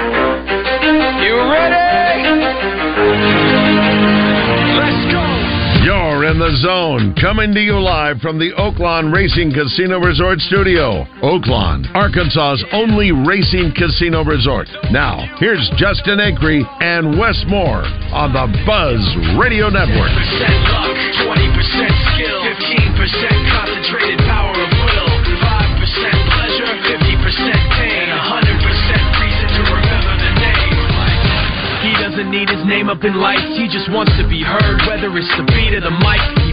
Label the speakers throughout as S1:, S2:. S1: You ready? Let's go!
S2: You're in the zone, coming to you live from the Oaklawn Racing Casino Resort Studio. Oaklawn, Arkansas's only racing casino resort. Now, here's Justin Acree and Wes Moore on the Buzz Radio Network.
S1: 10% luck, 20% skill, 15% concentrated power of will, 5% pleasure, 50% pain, and 100% reason to remember the name. He doesn't need his name up in lights, he just wants to be heard, whether it's the beat or the mic. He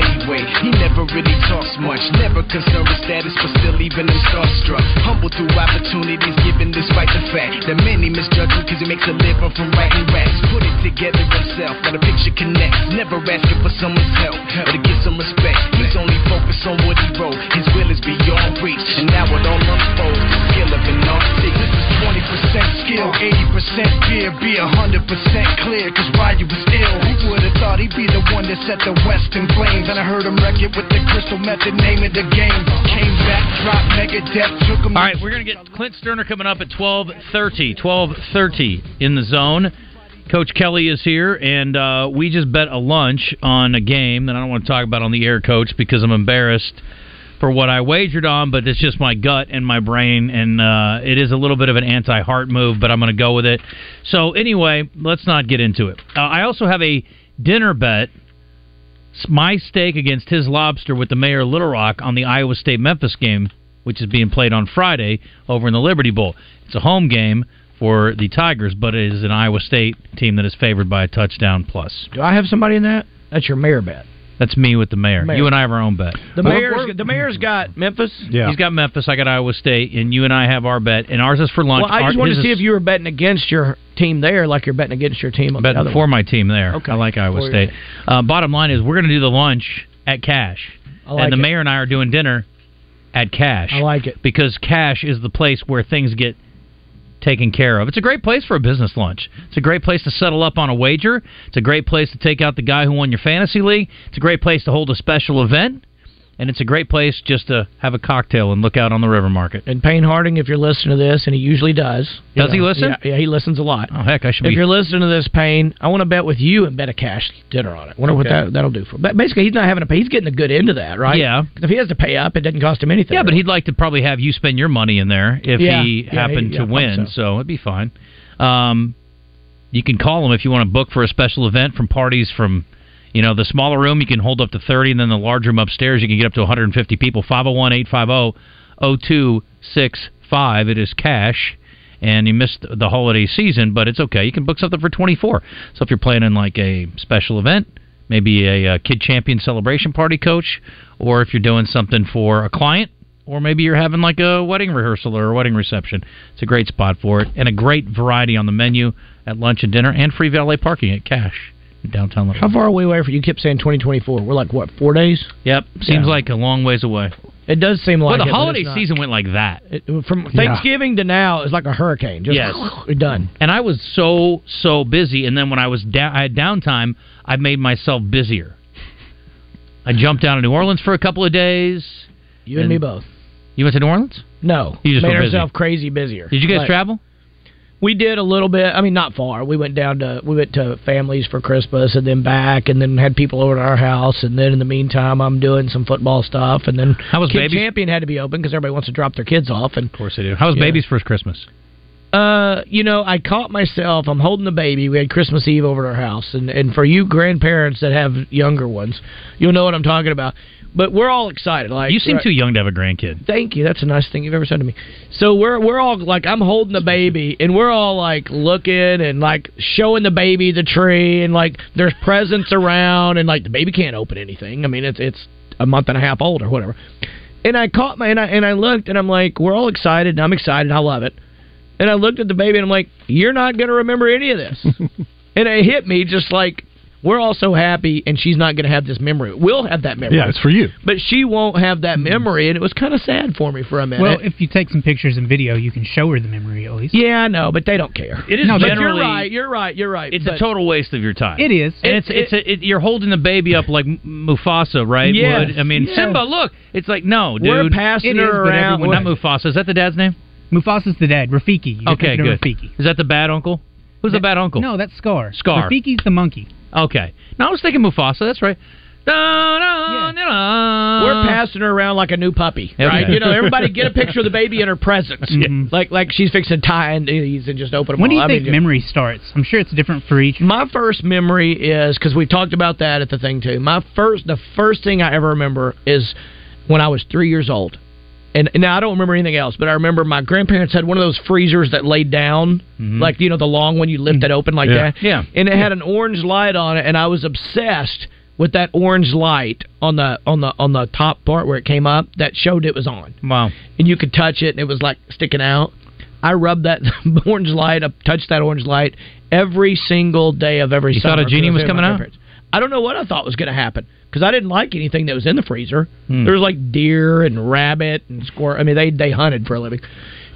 S1: anyway? He never really talks much, never concerned with status, but still even him starstruck. Humble through opportunities given despite the fact that many misjudge him because he makes a living from writing raps. Put it together himself, got a picture connects. Never asking for someone's help or to get some respect. He's only focused on what he wrote. His will is beyond reach, and now it all unfolds. The skill of an artist. This is 20% skill, 80% fear, be 100% clear. Cause Ryu was ill. Who would've thought he'd be the one that set the West in flames? And I heard him wreck it with the crystal method, name of the game. Came back, dropped mega death, took him.
S3: All right, we're going to get Clint Sterner coming up at 12.30, 12.30 in the zone. Coach Kelly is here, and uh, we just bet a lunch on a game that I don't want to talk about on the air, Coach, because I'm embarrassed for what I wagered on, but it's just my gut and my brain, and uh, it is a little bit of an anti-heart move, but I'm going to go with it. So anyway, let's not get into it. Uh, I also have a dinner bet s- my stake against his lobster with the mayor of Little Rock on the Iowa State Memphis game, which is being played on Friday over in the Liberty Bowl. It's a home game for the Tigers, but it is an Iowa State team that is favored by a touchdown plus.
S4: Do I have somebody in that? That's your mayor bet.
S3: That's me with the mayor.
S4: Mayor.
S3: You and I have our own bet.
S4: The mayor's the mayor's got Memphis.
S3: He's got Memphis. I got Iowa State, and you and I have our bet, and ours is for lunch.
S4: Well, I
S3: Our-
S4: just wanted
S3: his
S4: to
S3: is-
S4: see if you were betting against your team there, like you're betting against your team. on the
S3: bet
S4: other
S3: for
S4: one.
S3: my team there. I like Iowa
S4: For your
S3: State. Uh, bottom line is we're going to do the lunch at Cash,
S4: I like
S3: and the
S4: it.
S3: mayor and I are doing dinner at Cash. I like it because Cash is the place where things get taken care of. It's a great place for a business lunch. It's a great place to settle up on a wager. It's a great place to take out the guy who won your fantasy league. It's a great place to hold a special event. And it's a great place just to have a cocktail and look out on the river market.
S4: And Payne Harding, if you're listening to this, and he usually does. you
S3: Does he listen?
S4: Yeah, yeah, he listens a lot.
S3: Oh heck, I should
S4: If
S3: be
S4: you're listening to this, Payne, I want to bet with you and bet a cash dinner on it. Wonder what
S3: Okay.
S4: that that'll do for. But basically, he's not having to pay. He's getting a good end of that, right?
S3: Yeah.
S4: If he has to pay up, it doesn't cost him anything.
S3: Yeah, but he'd like to probably have you spend your money in there if
S4: Yeah,
S3: he
S4: yeah,
S3: happened
S4: he- yeah, I
S3: to
S4: hope
S3: win. So.
S4: so.
S3: it'd be fine. Um, you can call him if you want to book for a special event from parties from, you know, the smaller room you can hold up to 30, and then the large room upstairs you can get up to 150 people. 501 850 0265. It is cash. And you missed the holiday season, but it's okay. You can book something for 24. So if you're planning like a special event, maybe a, uh kid champion celebration party coach, or if you're doing something for a client, or maybe you're having like a wedding rehearsal or a wedding reception. It's a great spot for it, and a great variety on the menu at lunch and dinner, and free valet parking at Cash in downtown. Little
S4: How far are we away from you? Kept saying 2024. We're like what four days?
S3: Yep, seems
S4: Yeah.
S3: like a long ways away.
S4: It does seem like
S3: well,
S4: it,
S3: the
S4: but
S3: holiday
S4: it's not.
S3: season went like that.
S4: It- from Thanksgiving to now is like a hurricane. Just
S3: Yes.
S4: done.
S3: And I was so so busy, and then when I was down, I had downtime. I made myself busier. I jumped down to New Orleans for a couple of days.
S4: You and me both.
S3: You went to New Orleans?
S4: No,
S3: You just
S4: made
S3: were busy.
S4: ourselves crazy busier.
S3: Did you guys
S4: Like,
S3: travel?
S4: We did a little bit. I mean, not far. We went down to we went to families for Christmas, and then back, and then had people over to our house, and then in the meantime, I'm doing some football stuff, and then
S3: How was
S4: Kid
S3: baby-
S4: Champion had to be open because everybody wants to drop their kids off, and
S3: Of course they do. How was
S4: Yeah.
S3: baby's first Christmas?
S4: Uh, you know, I caught myself. I'm holding the baby. We had Christmas Eve over at our house, and and for you grandparents that have younger ones, you'll know what I'm talking about. But we're all excited. Like
S3: you seem
S4: right-
S3: too young to have a grandkid.
S4: Thank you. That's a nice thing you've ever said to me. So we're we're all like I'm holding the baby and we're all like looking and like showing the baby the tree and like there's presents around and like the baby can't open anything. I mean it's it's a month and a half old or whatever. and I caught my and I and I looked and I'm like, we're all excited and I'm excited. I love it. And I looked at the baby and I'm like, you're not gonna remember any of this. and it hit me just like we're all so happy and she's not gonna have this memory. We'll have that memory.
S5: Yeah, it's for you.
S4: But she won't have that memory, and it was kind of sad for me for a minute.
S6: Mm-hmm. Well, if you take some pictures and video, you can show her the memory at least.
S4: Yeah, I know, but they don't care.
S3: It is
S6: No, but
S4: But
S3: generally.
S4: you're right. You're right. You're right.
S3: It's a
S4: but-
S3: total waste of your time.
S6: It is.
S3: And it's it's a, it, you're holding the baby up like M- Mufasa, right?
S4: Yes,
S3: Would? I mean
S4: yes.
S3: Simba, look. It's like no, dude.
S4: We're passing
S6: it is,
S4: her
S6: but
S4: around.
S3: Well,
S6: everyone-
S3: not Mufasa. Is that the dad's name?
S6: Mufasa's the dad. Rafiki. You
S3: Okay,
S6: know
S3: good.
S6: Rafiki.
S3: Is that the bad uncle? Who's the
S6: That-
S3: bad uncle?
S6: No, that's Scar.
S3: Scar.
S6: Rafiki's the monkey.
S3: Okay. Now I was thinking Mufasa. That's right. Da, da, da,
S4: We're passing her around like a new puppy,
S3: Okay.
S4: right? You know, everybody get a picture of the baby in her presence,
S6: Mhm.
S4: like like she's fixing tie and these and just open them.
S6: When do
S4: all.
S6: you
S4: I
S6: think
S4: mean,
S6: memory starts? I'm sure it's different for each.
S4: My first memory is because we've talked about that at the thing too. My first, the first thing I ever remember is when I was three years old, and, and now I don't remember anything else, but I remember my grandparents had one of those freezers that laid down, like you know the long one you lift it open like
S2: Yeah.
S4: that,
S3: Mm-hmm. Yeah.
S4: and it had an orange light on it, and I was obsessed with that orange light on the on the on the top part where it came up that showed it was on
S3: Wow.
S4: and you could touch it and it was like sticking out. I rubbed that orange light up, touched that orange light every single day of every.
S3: You thought
S4: summer
S3: a genie was
S4: because of my
S3: coming out?
S4: grandparents. I don't know what I thought was going to happen because I didn't like anything that was in the freezer.
S3: Hmm.
S4: There was like deer and rabbit and squirrel. I mean, they they hunted for a living,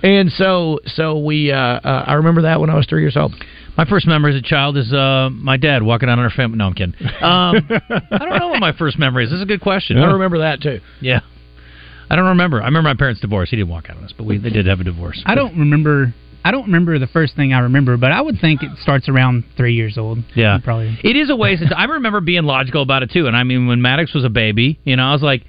S4: and so so we. Uh, uh, I remember that when I was three years old.
S3: My first memory as a child is uh, my dad walking out on our family. No, I'm kidding. Um, I don't know what my first memory is. This is a good question.
S4: I remember that too.
S3: Yeah. I don't remember. I remember my parents' divorce. He didn't walk out on us, but we, they did have a divorce.
S6: I don't remember. I don't remember the first thing I remember, but I would think it starts around three years old.
S3: Yeah.
S6: probably.
S3: It is a waste. Of I remember being logical about it too. And I mean, when Maddox was a baby, you know, I was like,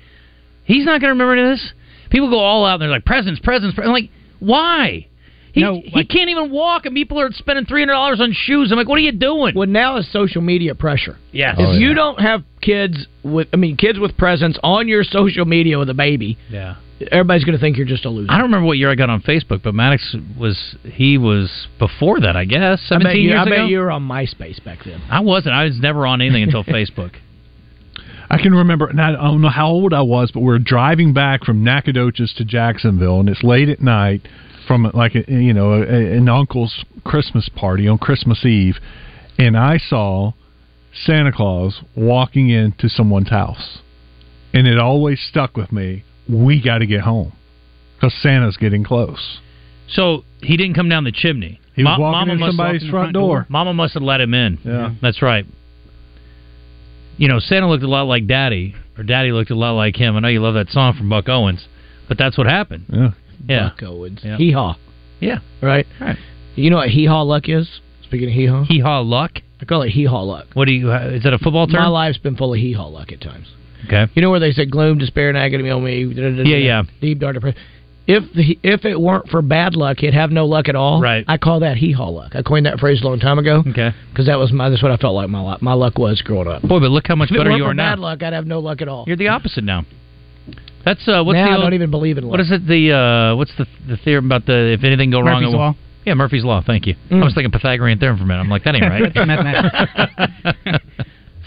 S3: he's not going to remember this. People go all out and they're like, presents, presents, presents. Like, why? He,
S6: No,
S3: he
S6: like-
S3: can't even walk, and people are spending three hundred dollars on shoes. I'm like, what are you doing?
S4: Well, now is social media pressure.
S3: Yes. Oh,
S4: if you don't have kids with, I mean, kids with presents on your social media with a baby,
S3: yeah.
S4: everybody's going to think you're just a loser.
S3: I don't remember what year I got on Facebook, but Maddox was he was before that, I guess.
S4: I
S3: Seventeen
S4: bet, you,
S3: years
S4: I bet
S3: ago.
S4: you were on MySpace back then.
S3: I wasn't. I was never on anything until Facebook.
S5: I can remember, and I don't know how old I was, but we're driving back from Nacogdoches to Jacksonville, and it's late at night from like a, you know a, an uncle's Christmas party on Christmas Eve, and I saw Santa Claus walking into someone's house, and it always stuck with me. We got to get home because Santa's getting close.
S3: So he didn't come down the chimney.
S5: He was
S3: Ma-
S5: walking
S3: Mama
S5: in
S3: must
S6: walk
S5: somebody's
S6: in the
S5: front
S6: front
S5: door.
S3: Mama must have let him in.
S5: Yeah.
S3: That's right. You know, Santa looked a lot like Daddy, or Daddy looked a lot like him. I know you love that song from Buck Owens, but that's what happened.
S5: Yeah.
S3: Yeah.
S4: Buck Owens.
S3: Yeah.
S4: Hee haw.
S3: Yeah.
S4: Right?
S3: Right.
S4: You know what hee haw luck is? Speaking of hee haw,
S3: Hee haw luck.
S4: I call it hee haw luck.
S3: What do you? Is that a football
S4: My
S3: term?
S4: life's been full of hee haw luck at times.
S3: Okay.
S4: You know where they said gloom, despair, and agony on me?
S3: Yeah, yeah.
S4: Deep, dark depression. If the, if it weren't for bad luck, he'd have no luck at all.
S3: Right.
S4: I call that hee haw luck. I coined that phrase a long time ago
S3: Okay.
S4: because that was my that's what I felt like my luck my luck was growing up.
S3: Boy, but look how much
S4: If it
S3: better
S4: weren't
S3: you
S4: for
S3: are now.
S4: bad luck, I'd have no luck at all.
S3: You're the opposite now. That's uh, what's
S4: now
S3: the
S4: I
S3: old,
S4: don't even believe in luck.
S3: what is it the uh, what's the the theorem about the if anything go wrong
S6: Murphy's
S3: it
S6: Law.
S3: won't- Yeah, Murphy's law. Thank you. I
S4: Mm.
S3: was thinking Pythagorean theorem for a minute. I'm like that ain't
S6: That's mathematics.
S3: right.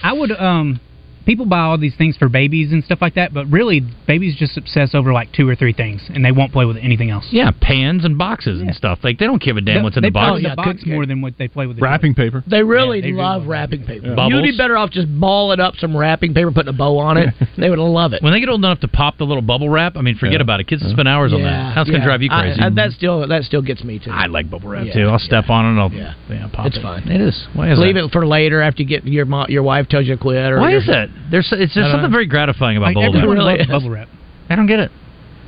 S6: I would. Um, people buy all these things for babies and stuff like that, but really, babies just obsess over like two or three things, and they won't play with anything else.
S3: yeah, pans and boxes and stuff. Like they don't give a damn
S6: They-
S3: what's in
S6: they
S3: the box.
S6: play with
S4: Oh, yeah,
S6: the box
S4: cookie-
S6: more than what they play with the
S5: Wrapping paper.
S4: They really
S6: Yeah, they do
S4: love
S6: love
S4: wrapping paper.
S3: Bubbles.
S4: You'd be better off just balling up some wrapping paper, putting a bow on it. they would love it.
S3: When they get old enough to pop the little bubble wrap, I mean, forget
S5: Yeah.
S3: about it. Kids spend hours on
S4: Yeah,
S3: that. That's gonna
S4: yeah.
S3: drive you crazy.
S4: I, I, that still that still gets me too.
S3: I like bubble wrap
S4: Yeah,
S3: too. I'll step on it and I'll
S4: yeah.
S3: yeah. pop
S4: It's
S3: it.
S4: fine.
S3: It is. Why is
S4: Leave
S3: that?
S4: it for later after you get your mo- your wife tells you to quit. Or
S3: Why
S4: your-
S3: is that? There's it's
S4: I
S3: there's
S4: don't
S3: something
S4: know.
S3: very gratifying about
S6: Like,
S3: bubble wrap.
S6: everyone
S4: Really
S6: loves
S4: is.
S6: bubble wrap.
S3: I don't get it.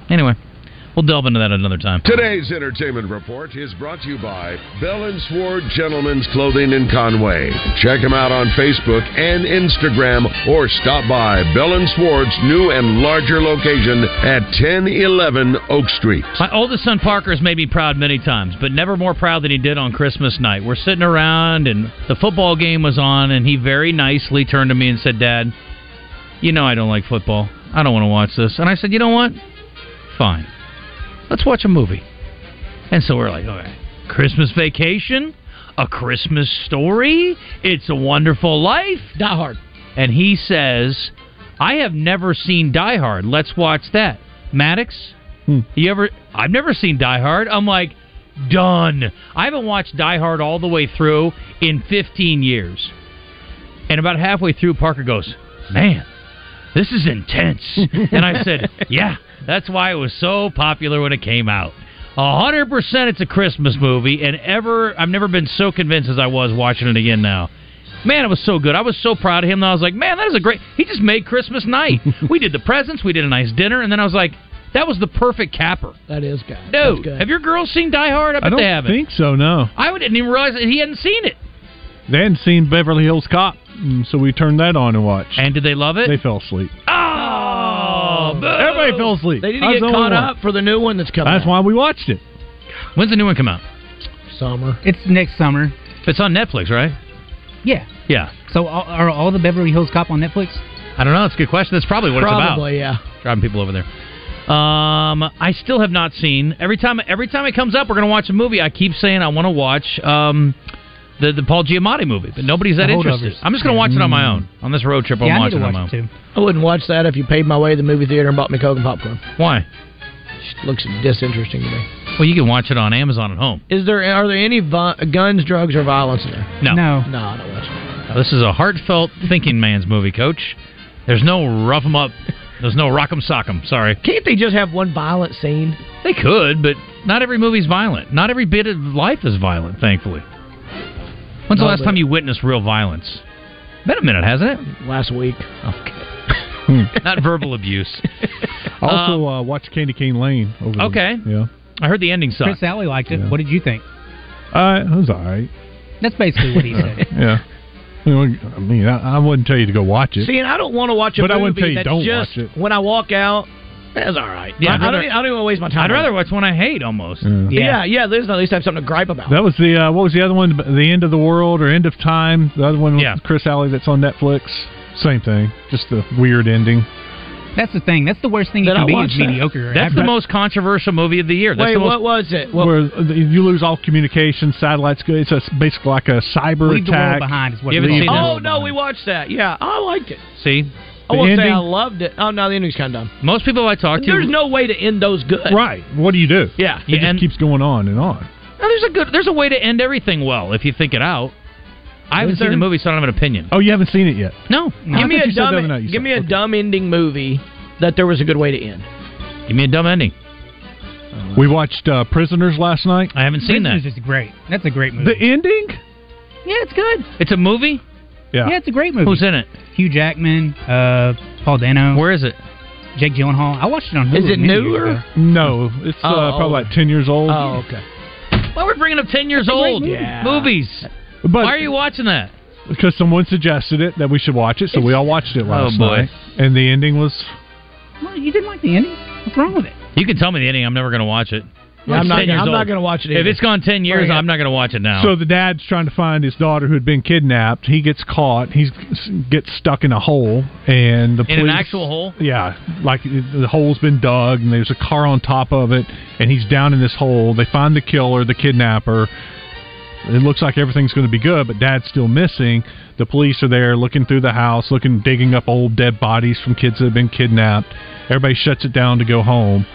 S3: Anyway, we'll delve into that another time.
S2: Today's entertainment report is brought to you by Bell and Sword Gentlemen's Clothing in Conway. Check them out on Facebook and Instagram or stop by Bell and Sword's new and larger location at 1011 Oak Street.
S3: My oldest son Parker has made me proud many times, but never more proud than he did on Christmas night. We're sitting around and the football game was on, and he very nicely turned to me and said, Dad, you know I don't like football. I don't want to watch this. And I said, You know what? Fine. Let's watch a movie. And so we're like, All right, Christmas vacation? A Christmas story? It's a wonderful life
S4: Die Hard.
S3: and he says, I have never seen Die Hard. Let's watch that. Maddox.
S4: Hmm.
S3: You ever? I've never seen Die Hard. I'm like, done. I haven't watched Die Hard all the way through in 15 years. And about halfway through, Parker goes, "Man, this is intense." and I said, "Yeah, that's why it was so popular when it came out." A hundred percent, it's a Christmas movie, and ever I've never been so convinced as I was watching it again now. Man, it was so good. I was so proud of him. That I was like, man, that is a great. He just made Christmas night. we did the presents, we did a nice dinner, and then I was like, that was the perfect capper.
S4: That is good.
S3: Dude, have your girls seen Die Hard? I bet
S5: I
S3: they
S5: don't
S3: haven't.
S5: think so. No,
S3: I didn't even realize that he hadn't seen it.
S5: they hadn't seen Beverly Hills Cop, mm, so we turned that on and watched.
S3: And did they love it?
S5: They fell asleep.
S3: Oh,
S5: everybody fell asleep.
S4: They need to
S5: I
S4: get
S5: was the only
S4: caught up
S5: one.
S4: for the new one that's coming.
S5: That's why we watched it.
S3: When's the new one come out?
S4: Summer.
S6: It's next summer.
S3: It's on Netflix, right?
S6: Yeah.
S3: Yeah.
S6: So all, are all the Beverly Hills Cop on Netflix?
S3: I don't know. That's a good question. That's probably what it's
S4: Probably, yeah.
S3: about. Driving people over there. Um, I still have not seen. Every time, every time it comes up, we're gonna watch a movie. I keep saying I want to watch um, the the Paul Giamatti movie, but nobody's that
S6: The
S3: interested.
S6: Holdovers.
S3: I'm just gonna watch it on
S4: Mm.
S3: my own on this road trip. I'm
S6: yeah, I need
S3: watching
S6: to
S3: it on my
S6: watch
S3: own.
S6: it too.
S4: I wouldn't watch that if you paid my way to the movie theater and bought me Coke and popcorn.
S3: Why?
S4: Just looks disinteresting to me.
S3: Well, you can watch it on Amazon at home.
S4: Is there are there any vi- guns, drugs, or violence in there?
S3: No.
S6: No.
S4: No, I don't watch
S3: Now, This is a heartfelt thinking man's movie, Coach. There's no rough 'em up. There's no rock 'em sock 'em. Sorry,
S4: it. Can't they just have one violent scene?
S3: they could, but not every movie's violent. Not every bit of life is violent. Thankfully. When's the
S4: No,
S3: last
S4: but-
S3: time you witnessed real violence? Been a minute, hasn't it?
S4: Last week.
S3: Not verbal abuse.
S5: Also, uh, watched Candy Cane Lane. Over the-
S3: Um, Okay.
S5: yeah,
S3: I heard the ending sucked.
S6: Chris Alley liked it.
S5: Yeah.
S6: What did you think?
S5: uh, it was all right.
S6: That's basically what he said.
S5: Yeah, I mean, I, mean, I, I wouldn't tell you to go watch it.
S4: See, and I don't want to watch a
S5: But I
S4: movie
S5: wouldn't tell you
S4: that
S5: don't
S4: just
S5: watch it.
S4: when I walk out, that's all right.
S3: Yeah,
S4: I,
S3: I'd
S4: I
S3: rather-
S4: don't, I don't even wanna waste my
S3: I'd
S4: time.
S3: rather watch one I hate almost.
S5: Yeah.
S4: Yeah, yeah. at least- at least I have something to gripe about.
S5: That was the uh, what was the other one? The end of the world or end of time? The other one, with
S3: Yeah.
S5: Chris Alley, that's on Netflix. Same thing, just the weird ending.
S6: That's the thing. That's the worst thing you
S4: Then
S6: can
S4: I'll
S6: be
S4: watch
S6: is
S4: that.
S6: mediocre.
S3: That's the most controversial movie of the year. That's
S4: Wait,
S3: the most
S4: what was it? What,
S5: where the- you lose all communication, satellites go. It's a, basically like a cyber
S6: leave the world
S5: attack.
S6: behind is what
S3: You
S6: it
S3: haven't
S6: is.
S3: seen that?
S4: oh no, we watched that. Yeah, I liked it.
S3: See,
S4: I
S5: The
S4: won't say
S5: ending?
S4: I loved it. Oh no, the ending's kind of dumb.
S3: most people I talk to.
S4: There's no way to end those good.
S5: Right. What do you do?
S4: Yeah.
S5: It
S3: Yeah,
S5: just
S3: and-
S5: keeps going on and on.
S3: No, there's a good. There's a way to end everything well if you think it out. I haven't
S5: Is
S3: seen the
S5: there?
S3: movie, so I don't have an opinion.
S5: Oh, you haven't seen it yet.
S3: No,
S6: I
S4: Give me
S5: thought
S4: a
S5: you said the
S4: dumb.
S5: other night you
S4: give
S5: saw
S4: me
S5: it.
S4: a
S5: Okay.
S4: dumb ending movie that there was a good way to end.
S3: give me a dumb ending.
S5: We watched uh, Prisoners last night.
S3: I haven't seen that.
S6: Prisoners is great. That's a great
S5: The
S6: movie.
S5: ending?
S6: yeah, it's good.
S3: It's a movie.
S5: Yeah.
S6: Yeah, it's a great movie.
S3: Who's in it?
S6: Hugh Jackman, uh, Paul Dano,
S3: Where is it?
S6: Jake Gyllenhaal. I watched it on Hulu.
S4: Is it
S6: many years
S4: newer?
S6: ago.
S5: No, it's uh,
S4: Oh.
S5: probably like 10 years old.
S4: Oh, okay.
S3: Why we're bringing up ten years
S4: great
S3: old
S4: movie. Yeah.
S3: movies?
S5: But
S3: Why are you watching that?
S5: because someone suggested it that we should watch it, so we all watched it last
S3: Oh, boy.
S5: night. And the ending was
S6: What, you didn't like the ending? What's wrong with it?
S3: You can tell me the ending. I'm never going to watch it.
S4: I'm
S3: It's
S4: not.
S3: 10 years
S4: I'm
S3: old.
S4: not going to watch it.
S3: If
S4: Either. Oh,
S3: it's gone ten years,
S4: Hurry up.
S3: I'm not going to watch it now.
S5: So the dad's trying to find his daughter who had been kidnapped. He gets caught. He gets stuck in a hole, and the
S3: In an
S5: police-
S3: actual hole?
S5: Yeah, like the hole's been dug, and there's a car on top of it, and he's down in this hole. They find the killer, the kidnapper. It looks like everything's going to be good, but dad's still missing. The police are there looking through the house, looking, digging up old dead bodies from kids that have been kidnapped. Everybody shuts it down to go home,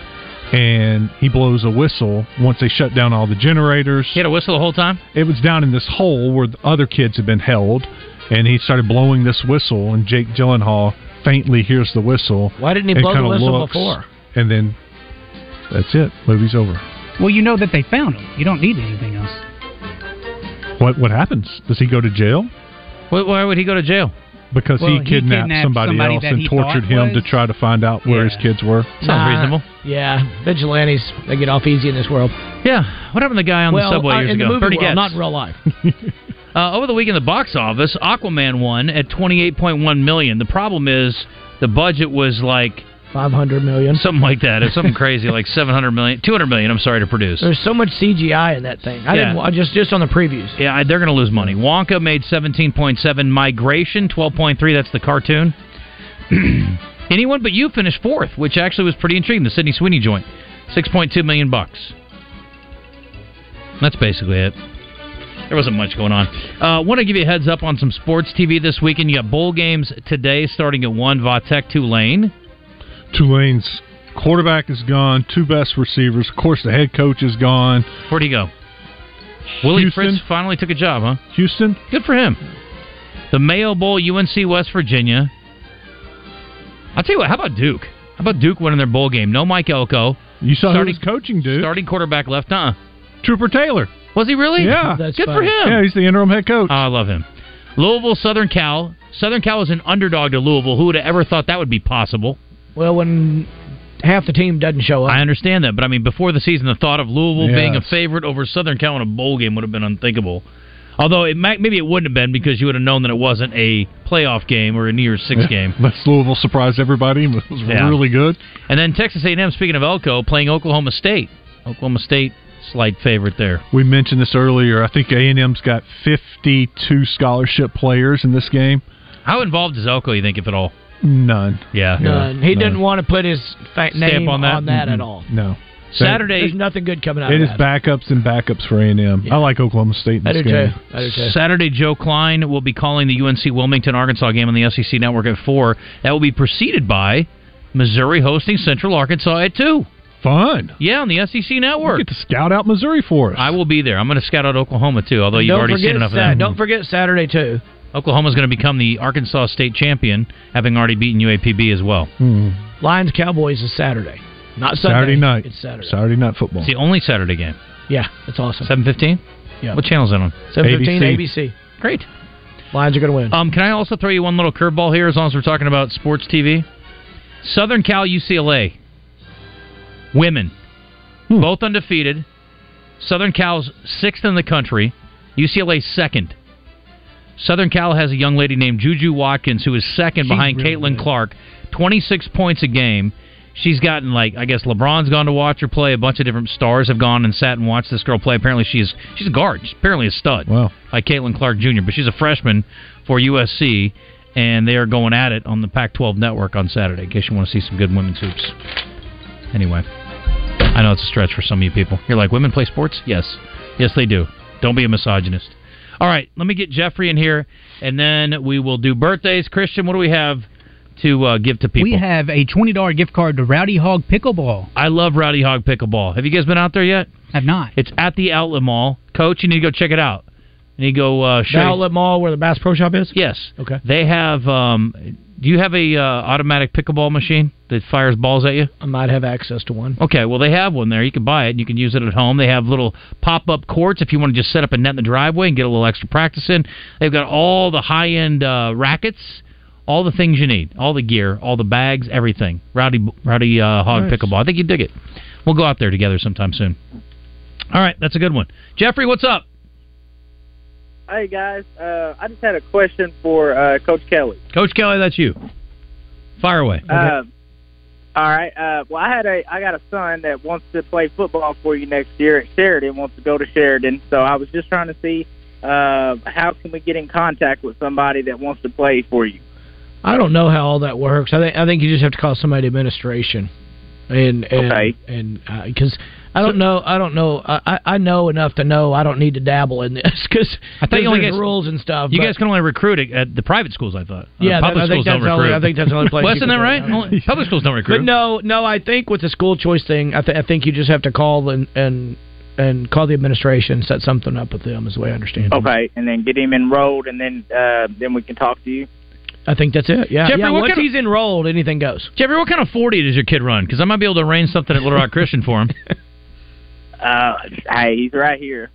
S5: and he blows a whistle once they shut down all the generators
S3: he had a whistle the whole time.
S5: it was down in this hole where the other kids had been held, and he started blowing this whistle, and Jake Gyllenhaal faintly hears the whistle.
S4: Why didn't he
S5: and
S4: blow the
S5: kinda
S4: whistle
S5: looks,
S4: before?
S5: And then that's it. Movie's over.
S6: Well, you know that they found him. You don't need anything else.
S5: What what happens? Does he go to jail
S3: Why, why would he go to jail?
S5: because
S6: Well,
S5: he,
S6: he
S5: kidnapped
S6: kidnapped
S5: somebody,
S6: somebody
S5: else
S6: that he
S5: and tortured
S6: thought
S5: him to
S6: was-
S5: try to find out where
S6: Yeah.
S5: his kids were?
S3: Sounds
S4: Nah.
S3: reasonable.
S4: Yeah, vigilantes they get off easy in this world.
S3: Yeah. What happened to the guy on
S4: well,
S3: the subway
S4: uh,
S3: years
S4: in
S3: ago?
S4: the movie
S3: Bernie
S4: world,
S3: Getz.
S4: not in real life.
S3: Uh, over the weekend, the box office, Aquaman won at 28.1 million. The problem is the budget was like
S4: Five hundred million.
S3: something like that. It's something crazy, like 700 million, 200 million. I'm sorry to produce.
S4: There's so much CGI in that thing. I
S3: Yeah.
S4: didn't wa- just just on the previews.
S3: Yeah, I- they're going to lose money. Wonka made 17.7. Migration 12.3. That's the cartoon. Anyone but you finished fourth, which actually was pretty intriguing. The Sydney Sweeney joint, 6.2 million bucks. That's basically it. There wasn't much going on. Uh, Want to give you a heads up on some sports TV this weekend. You got bowl games today, starting at one. Vatech Tulane.
S5: Tulane's Quarterback is gone. Two best receivers. Of course, the head coach is gone.
S3: Where'd he go? Willie
S5: Houston.
S3: Fritz finally took a job, huh?
S5: Houston.
S3: Good for him. The Mayo Bowl, UNC West Virginia. I'll tell you what. How about Duke? How about Duke winning their bowl game? No Mike Elko.
S5: You saw who was coaching Duke.
S3: Starting quarterback left, huh?
S5: Trooper Taylor.
S3: Was he really?
S5: Yeah.
S3: Good for him.
S5: Yeah, he's the interim head coach.
S3: Oh, I love him. Louisville, Southern Cal. Southern Cal is an underdog to Louisville. Who would have ever thought that would be possible?
S4: Well, when half the team doesn't show up,
S3: I understand that, but I mean, before the season, the thought of Louisville
S4: Yes.
S3: being a favorite over Southern Cal in a bowl game would have been unthinkable. Although it might, maybe it wouldn't have been because you would have known that it wasn't a playoff game or a New Year's Six game.
S5: That's Louisville surprised everybody. It was
S3: Yeah.
S5: really good.
S3: And then Texas A&M, speaking of Elko, playing Oklahoma State. Oklahoma State, slight favorite there.
S5: We mentioned this earlier. I think A&M's got 52 scholarship players in this game.
S3: How involved is Elko? You think, if at all?
S5: None.
S3: Yeah.
S4: none. He didn't want to put his fa-
S3: Stamp
S4: name
S3: on
S4: on
S3: that?
S4: that,
S3: Mhm.
S4: at all.
S5: No.
S3: Saturday-
S4: there's nothing good coming out.
S5: It
S4: of
S5: is
S4: that.
S5: backups and backups for A&M. I like Oklahoma State in
S4: I
S5: this
S4: do
S5: game.
S4: too. I do too.
S3: Saturday, Joe Klein will be calling the UNC Wilmington Arkansas game on the SEC Network at four. That will be preceded by Missouri hosting Central Arkansas at two.
S5: Fun.
S3: Yeah, on the SEC Network.
S5: Get to scout out Missouri for us.
S3: I will be there. I'm going to scout out Oklahoma too. Although you've
S4: don't
S3: already
S4: forget
S3: seen enough
S4: Sat-
S3: of that.
S4: Don't forget Saturday too.
S3: Oklahoma's going to become the Arkansas State champion, having already beaten UAPB as well.
S4: Hmm. Lions Cowboys is Saturday, not Sunday.
S5: Saturday night.
S4: It's Saturday.
S5: Saturday night football.
S3: It's the only Saturday game.
S4: Yeah, that's awesome.
S3: Seven fifteen.
S4: Yeah.
S3: What channel is that on?
S4: Seven fifteen ABC.
S3: Great.
S4: Lions are going to win.
S3: Um, can I also throw you one little curveball here as long as we're talking about sports TV? Southern Cal UCLA. Women. Both undefeated. Southern Cal's sixth in the country. UCLA second. Southern Cal has a young lady named Juju Watkins who is second behind Caitlin Clark. 26 points a game. She's gotten like I guess LeBron's gone to watch her play. A bunch of different stars have gone and sat and watched this girl play. Apparently she's she's a guard. She's apparently a stud.
S5: Wow.
S3: Like Caitlin Clark Jr. But she's a freshman for USC, and they are going at it on the Pac-12 network on Saturday. In case you want to see some good women's hoops. Anyway, I know it's a stretch for some of you people. You're like, women play sports? Yes, yes they do. Don't be a misogynist. All right, let me get Jeffrey in here, and then we will do birthdays. Christian, what do we have to uh, give to people?
S6: We have a twenty dollar gift card to Rowdy Hog Pickleball.
S3: I love Rowdy Hog Pickleball. Have you guys been out there yet?
S6: I've not.
S3: It's at the Outlet Mall. Coach, you need to go check it out. You need to go uh, show.
S4: The Outlet Mall where the Bass Pro Shop is.
S3: Yes.
S4: Okay.
S3: They have. Um, do you have a uh, automatic pickleball machine that fires balls at you?
S4: I might have access to one.
S3: Okay, well they have one there. You can buy it and you can use it at home. They have little pop-up courts if you want to just set up a net in the driveway and get a little extra practice in. They've got all the high-end uh, rackets, all the things you need, all the gear, all the bags, everything. Rowdy Rowdy uh, Hog
S5: Nice.
S3: Pickleball. I think you dig it. We'll go out there together sometime soon. All right, that's a good one. Jeffrey, what's up?
S7: Hey guys, uh, I just had a question for uh, Coach Kelly.
S3: Coach Kelly, that's you. Fire away.
S7: Um, all right. Uh, well, I had a I got a son that wants to play football for you next year at Sheridan. Wants to go to Sheridan. So I was just trying to see uh, how can we get in contact with somebody that wants to play for you.
S4: I don't know how all that works. I think I think you just have to call somebody administration, and and
S7: Okay.
S4: and because I don't know, I don't know, I I- I know enough to know I don't need to dabble in this because
S3: I thought you only guys-
S4: rules and stuff.
S3: You
S4: but-
S3: guys can only recruit at- at the private schools, I thought. Uh, public
S4: Yeah, that- I
S3: schools
S4: think that's
S3: don't
S4: the only-
S3: recruit.
S4: I think that's the only place
S3: Well,
S4: you
S3: isn't
S4: can
S3: that
S4: do it.
S3: right?
S4: I don't-
S3: Only- public schools don't recruit.
S4: But no, no, I think with the school choice thing, I, th- I think you just have to call and and and call the administration, set something up with them, is the way I understand it.
S7: Okay, and then get him enrolled, and then uh, then we can talk to you.
S4: I think that's it. Yeah,
S3: Jeffrey,
S4: yeah.
S3: what
S4: Once
S3: kind of-
S4: he's enrolled, anything goes.
S3: Jeffrey, what kind of 40 does your kid run? Because I might be able to arrange something at Little Rock Christian for him.
S7: Uh, hey, he's right here.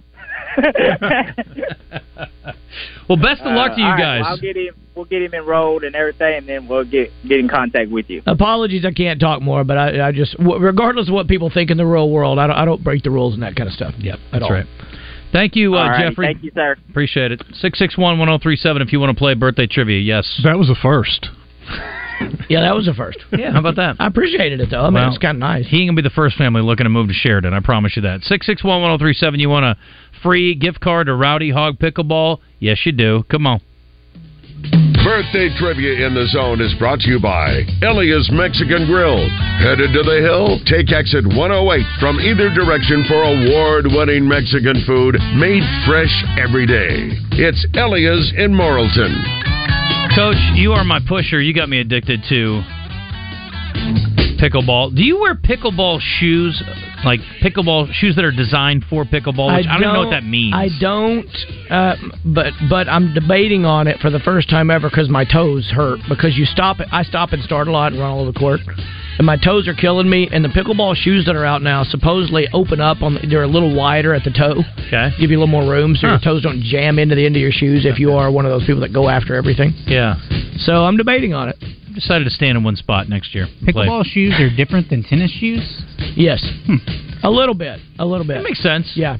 S3: Well, best of luck to you
S7: Uh, all right,
S3: guys.
S7: well, I'll get him. We'll get him enrolled and everything, and then we'll get get in contact with you.
S4: Apologies, I can't talk more, but I, I just, w- regardless of what people think in the real world, I don't, I don't break the rules and that kind of stuff.
S3: Yep,
S4: at
S3: that's
S4: all.
S3: right. Thank you, uh,
S7: All right,
S3: Jeffrey.
S7: thank you, sir.
S3: Appreciate it. 661 1037 if you want to play birthday trivia. Yes.
S5: That was a first.
S4: Yeah, that was the first.
S3: Yeah. How about that?
S4: I appreciated it though. I mean,
S3: Well,
S4: Oh, it's kind of nice.
S3: He ain't going to be the first family looking to move to Sheridan. I promise you that. 661 1037. You want a free gift card to Rowdy Hog Pickleball? Yes, you do. Come on.
S8: Birthday trivia in the zone is brought to you by Elia's Mexican Grill. Headed to the hill? Take exit 108 from either direction for award-winning Mexican food made fresh every day. It's Elia's in Morrilton.
S3: Coach, you are my pusher. You got me addicted to pickleball. Do you wear pickleball shoes, like pickleball shoes that are designed for pickleball? Which I, don't even know what that means.
S4: I don't, uh, but but I'm debating on it for the first time ever because my toes hurt. Because you stop, I stop and start a lot and run all over the court, and my toes are killing me. And the pickleball shoes that are out now supposedly open up on. The, they're a little wider at the toe,
S3: okay.
S4: give you a little more room so
S3: Huh.
S4: your toes don't jam into the end of your shoes. If you are one of those people that go after everything,
S3: Yeah,
S4: so I'm debating on it.
S3: decided to stand in one spot next year. and play.
S6: Pickleball shoes are different than tennis shoes.
S4: Yes,
S3: Hmm.
S4: a little bit, a little bit. That
S3: makes sense.
S4: Yeah,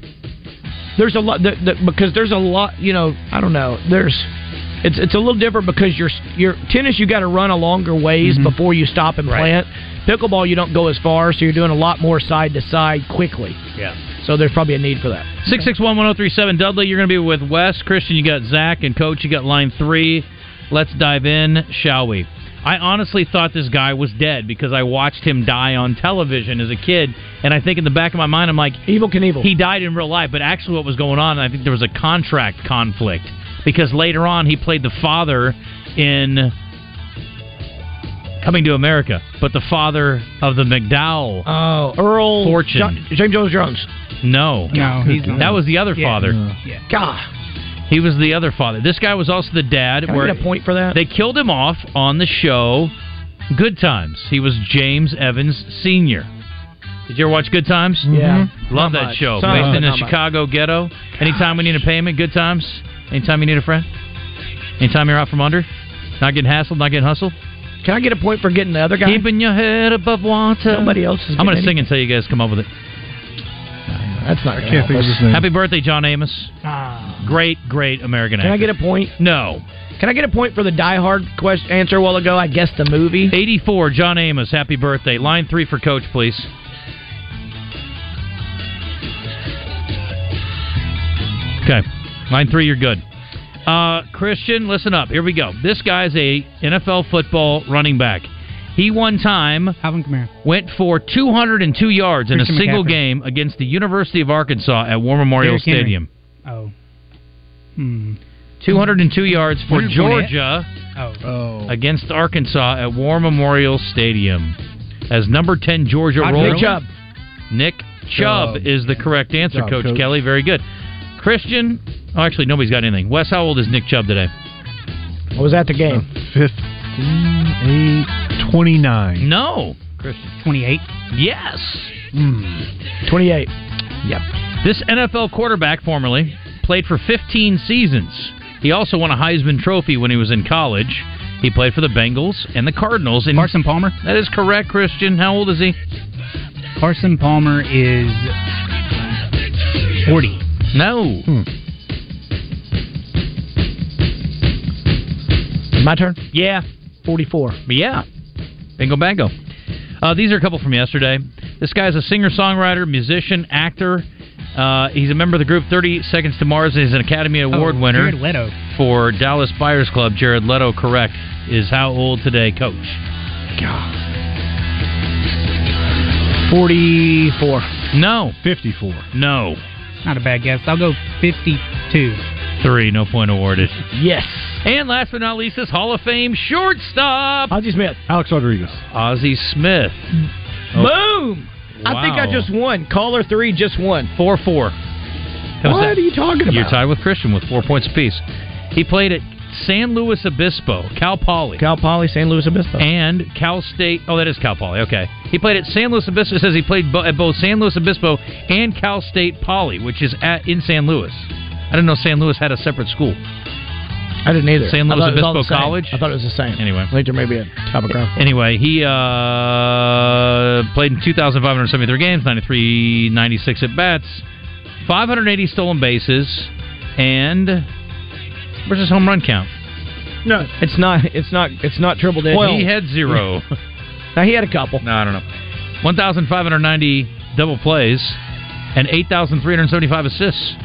S4: there's a lot the, the, because there's a lot. You know, I don't know. There's it's it's a little different because your your tennis you got to run a longer ways
S3: Mm-hmm.
S4: before you stop and plant. Pickleball you don't go as far, so you're doing a lot more side to side quickly.
S3: Yeah.
S4: So there's probably a need for that.
S3: Six six one one zero three seven. Dudley, you're going to be with Wes. Christian, you got Zach, and Coach, you got line three. Let's dive in, shall we? I honestly thought this guy was dead because I watched him die on television as a kid, and I think in the back of my mind, I'm like,
S4: Evil Knievel.
S3: He died in real life, but actually, what was going on? I think there was a contract conflict because later on he played the father in Coming to America, but the father of the McDowell.
S4: Oh, Earl
S3: Fortune.
S4: Jo- James Jones Jones.
S3: No,
S6: No, he's not.
S3: that was the other
S6: Yeah.
S3: father.
S6: Yeah.
S4: God,
S3: He was the other father. This guy was also the dad.
S4: can I
S3: where
S4: get a point for that?
S3: They killed him off on the show Good Times. He was James Evans Sr. Did you ever watch Good Times?
S4: yeah,
S3: Love
S4: Not
S3: that
S4: much.
S3: show.
S4: Not
S3: Based
S4: much,
S3: in the
S4: not much.
S3: Chicago ghetto. Anytime we need a payment, good times. Anytime you need a friend. Anytime you're out from under. Not getting hassled, not getting hustled.
S4: Can I get a point for getting the other guy?
S3: Keeping your head above water.
S4: Nobody else is.
S3: I'm going to
S4: getting
S3: sing until you guys come up with it.
S4: any- That's not.
S5: Can't think of his name.
S3: Happy birthday, John Amos.
S6: Ah.
S3: Great, great American
S4: Can I
S3: actor.
S4: get a point?
S3: No.
S4: Can I get a point for the Die Hard quest answer a while ago? I guess the movie.
S3: 84, John Amos. Happy birthday. Line three for Coach, please. Okay. Line three, you're good. Uh, Christian, listen up. Here we go. This guy's a NFL football running back. He one time
S6: Alvin Kamara.
S3: went for 202 yards in a
S6: Christian
S3: single
S6: McCaffrey.
S3: game against the University of Arkansas at War Memorial
S6: Derrick Henry.
S3: Stadium.
S6: Oh. Hmm.
S3: 202 yards for
S6: Leonard Fournette.
S3: Georgia
S6: Oh.
S5: Oh,
S3: against Arkansas at War Memorial Stadium. As number 10 Georgia
S6: Todd
S3: rolls.
S4: Nick Chubb.
S3: Nick Chubb
S5: Chubb.
S3: is the correct answer,
S5: job,
S3: Coach,
S5: Coach.
S3: Kelly. Very good. Christian, oh, actually, nobody's got anything. Wes, how old is Nick Chubb today?
S4: I was at the game.
S5: 15, 8, 29.
S3: No. Christian.
S6: 28.
S3: Yes.
S4: Twenty-eight.
S3: This NFL quarterback, formerly, played for 15 seasons. He also won a Heisman Trophy when he was in college. He played for the Bengals and the Cardinals. And
S6: Carson Palmer.
S3: that is correct, Christian. How old is he?
S6: Carson Palmer is 40.
S3: No.
S6: Hmm.
S4: My turn.
S3: Yeah.
S4: Forty-four.
S3: Yeah. Bingo bango. Uh, these are a couple from yesterday. This guy's a singer, songwriter, musician, actor. Uh, he's a member of the group 30 Seconds to Mars, and he's an Academy Award
S6: Oh,
S3: winner
S6: Jared Leto.
S3: for Dallas Buyers Club. Jared Leto, correct, is how old today, coach?
S4: Forty-four.
S3: No.
S5: 54.
S3: No.
S6: Not a bad guess. I'll go 52.
S3: Three, no point awarded.
S4: Yes.
S3: And last but not least, this Hall of Fame shortstop,
S4: Ozzie Smith.
S5: Alex Rodriguez.
S3: Ozzie Smith.
S4: Boom. I think I
S3: Oh. Wow.
S4: just won. Caller three just won.
S3: 4 4.
S4: what are you talking about?
S3: You're tied with Christian with four points apiece. He played at San Luis Obispo, Cal Poly,
S4: Cal Poly, San Luis Obispo.
S3: and Cal State. Oh, that is Cal Poly. Okay, he played at San Luis Obispo. It says he played bo- at both San Luis Obispo and Cal State Poly, which is at in San Luis. I didn't know San Luis had a separate school.
S4: I didn't either.
S3: San
S4: I
S3: Luis
S4: thought it was all
S3: Obispo
S4: the same.
S3: College?
S4: I thought it was the same.
S3: Anyway.
S4: I think there may be a topographical.
S3: Anyway, he uh, played in 2,573 games, 93, 96 at bats, 580 stolen bases, and where's his home run count?
S4: No, it's not. It's not. It's not triple digit.
S3: he had zero.
S4: now he had a couple.
S3: No, I don't know. 1,590 double plays and 8,375 assists.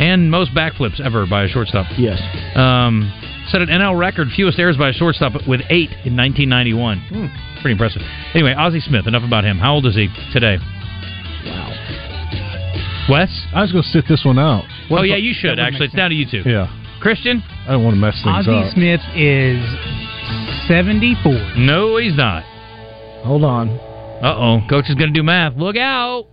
S3: And most backflips ever by a shortstop.
S4: Yes.
S3: Um, set an NL record, fewest errors by a shortstop with eight in 1991.
S4: Hmm.
S3: Pretty impressive. Anyway, Ozzie Smith, enough about him. How old is he today? Oh,
S4: Wow.
S3: Wes?
S5: I was going to sit this one out.
S3: oh, yeah, you should,
S6: that would
S3: actually.
S6: make
S3: It's down to you two.
S5: Yeah.
S3: Christian?
S5: I don't want to mess things
S6: Ozzie
S5: up.
S6: Smith is 74.
S3: No, he's not.
S4: Hold on.
S3: Uh oh. Coach is going to do math. Look out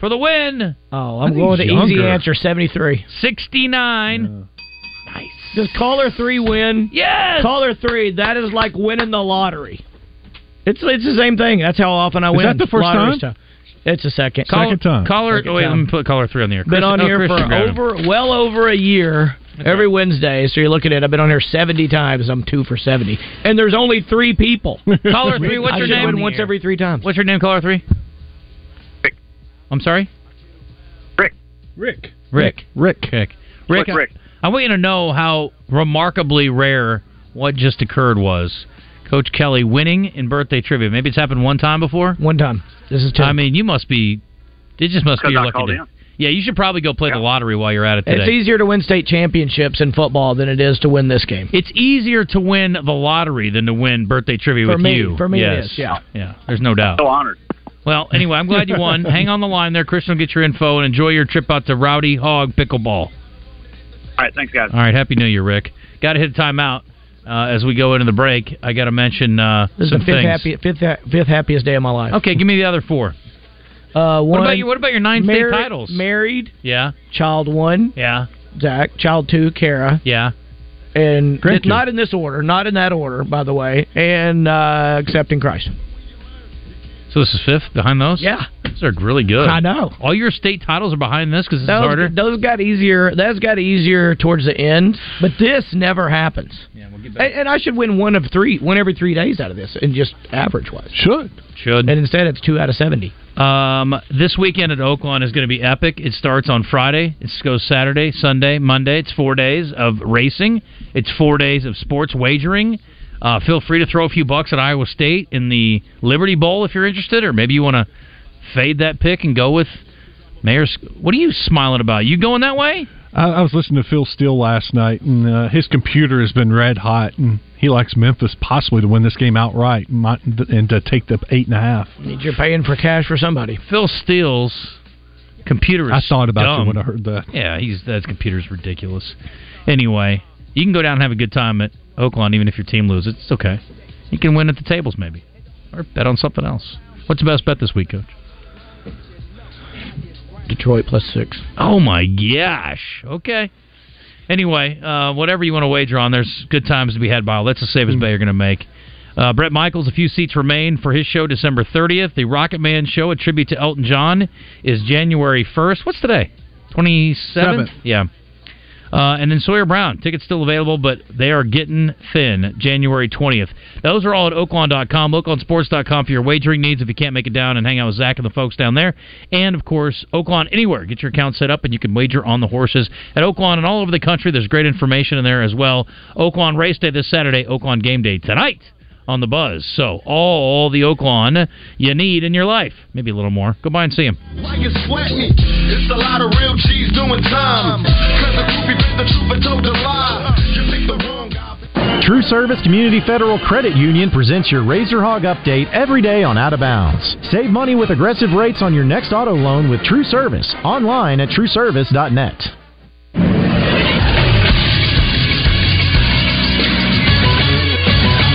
S3: for the win.
S4: Oh,
S3: I
S4: I'm
S3: think
S4: going to
S3: he's
S4: easy
S3: younger.
S4: answer 73.
S3: 69.
S4: Does caller three win?
S3: Yes.
S4: Caller three. That is like winning the lottery. It's it's the same thing. That's how often I
S5: Is
S4: win.
S5: that the first
S4: Lottery
S5: time?
S4: stuff. It's the second.
S5: Second time.
S3: Caller,
S4: Second
S3: wait,
S4: time.
S3: let me put caller three on the air.
S4: Been
S3: Christian-
S4: on
S3: oh,
S4: here for
S3: Christian grabbed him.
S4: over, well over a year. Every Wednesday, so you're looking at. I've been on here 70 times. I'm two for 70, and there's only three people.
S3: Caller three, what's
S4: I
S3: your
S4: should
S3: name?
S4: Win once every three times.
S3: What's your name, caller three?
S9: Rick.
S3: I'm sorry?
S5: Rick.
S3: Rick.
S5: Rick.
S3: Rick. Rick,
S10: uh,
S9: Rick.
S3: I, I want you to know how remarkably rare what just occurred was. Coach Kelly winning in birthday trivia. Maybe it's happened one time before.
S4: One time. This is two.
S3: I mean, you must be. It just must be
S9: Because
S3: your
S9: I
S3: lucky
S9: called
S3: day.
S9: in.
S3: Yeah, you should probably go play the
S9: Yeah.
S3: lottery while you're at it
S4: it's
S3: today.
S4: easier to win state championships in football than it is to win this game.
S3: It's easier to win the lottery than to win birthday trivia
S4: For
S3: with
S4: me-
S3: you.
S4: for me it
S3: yes.
S4: is, yeah.
S3: Yeah, there's no doubt.
S9: So honored.
S3: Well, anyway, I'm glad you won. Hang on the line there. Christian will get your info and enjoy your trip out to Rowdy Hog Pickleball.
S9: All right, thanks, guys.
S3: All right, Happy New Year, Rick. Got to hit a timeout. Uh, as we go into the break, I got to mention uh,
S4: This is the
S3: some
S4: fifth,
S3: things.
S4: happy, fifth, ha- fifth happiest day of my life.
S3: Okay, give me the other four.
S4: Uh, one,
S3: What about your What about your nine
S4: marri-
S3: state titles?
S4: Married,
S3: yeah,
S4: child one,
S3: yeah,
S4: Zach, child two, Kara,
S3: yeah.
S4: and
S5: Grandkids.
S4: it's not in this order, not in that order, by the way, and uh, accepting Christ.
S3: So this is fifth behind those.
S4: Yeah,
S3: those are really good.
S4: I know.
S3: All your state titles are behind this because this is harder.
S4: Those, those got easier. That's got easier towards the end, but this never happens.
S3: Yeah, we'll get
S4: And, and I should win one of three, one every three days out of this, and just average wise.
S5: Should.
S3: Should.
S4: And instead, it's two out of seventy.
S3: Um, this weekend at Oakland is going to be epic. It starts on Friday. It goes Saturday, Sunday, Monday. It's four days of racing. It's four days of sports wagering. Uh, feel free to throw a few bucks at Iowa State in the Liberty Bowl if you're interested, or maybe you want to fade that pick and go with Mayor's. What are you smiling about? You going that way?
S5: I, I was listening to Phil Steele last night, and uh, his computer has been red hot, and he likes Memphis possibly to win this game outright and, might, and to take the eight and a half.
S4: You're paying for cash for somebody.
S3: Phil Steele's computer. Is
S5: I thought about
S3: dumb.
S5: you when I heard that.
S3: Yeah, he's that computer's ridiculous. Anyway, you can go down and have a good time at Oakland, even if your team loses. It's okay. You can win at the tables, maybe, or bet on something else. What's the best bet this week, Coach?
S4: Detroit plus six.
S3: Oh my gosh! Okay. Anyway, uh, whatever you want to wager on, there's good times to be had by. all. That's the
S5: Mm.
S3: safest bet you're going to make. Uh, Brett Michaels, a few seats remain for his show December 30th. The Rocket Man Show, a tribute to Elton John, is January 1st. What's today? 27th?
S5: Seventh.
S3: Yeah. Uh, and then Sawyer Brown. Tickets still available, but they are getting thin January 20th. Those are all at oaklawn.com, oaklawnsports.com for your wagering needs if you can't make it down and hang out with Zach and the folks down there. And, of course, Oaklawn anywhere. Get your account set up and you can wager on the horses at Oaklawn and all over the country. There's great information in there as well. Oaklawn race day this Saturday, Oaklawn game day tonight on the buzz. So, all the Oaklawn you need in your life. Maybe a little more. Go by and see them.
S1: Why you sweating me? It's a lot of real G's doing time. Cause the groupie bit the truth and told a lie. You think the wrong guy.
S11: True Service Community Federal Credit Union presents your Razor Hog update every day on Out of Bounds. Save money with aggressive rates on your next auto loan with True Service online at trueservice.net.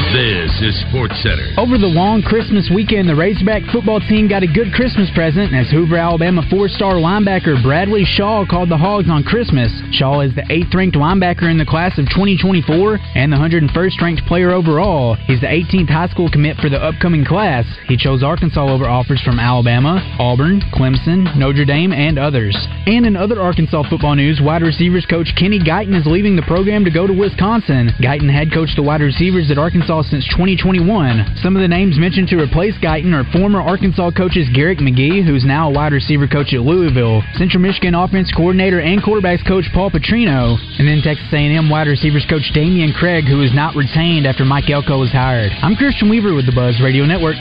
S8: This is Sports Center.
S6: Over the long Christmas weekend, the Razorback football team got a good Christmas present as Hoover, Alabama four-star linebacker Bradley Shaw called the Hogs on Christmas. Shaw is the eighth-ranked linebacker in the class of 2024 and the 101st-ranked player overall. He's the 18th high school commit for the upcoming class. He chose Arkansas over offers from Alabama, Auburn, Clemson, Notre Dame, and others. And in other Arkansas football news, wide receivers coach Kenny Guyton is leaving the program to go to Wisconsin. Guyton had coached the wide receivers at Arkansas since 2021. Some of the names mentioned to replace Guyton are former Arkansas coaches Garrick McGee, who's now a wide receiver coach at Louisville, Central Michigan offense coordinator and quarterbacks coach Paul Petrino, and then Texas A&M wide receivers coach Damian Craig, who is not retained after Mike Elko was hired. I'm Christian Weaver with the Buzz Radio Network.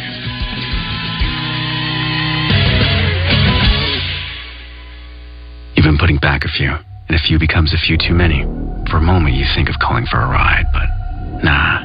S1: You've been putting back a few, and a few becomes a few too many. For a moment, you think of calling for a ride, but nah,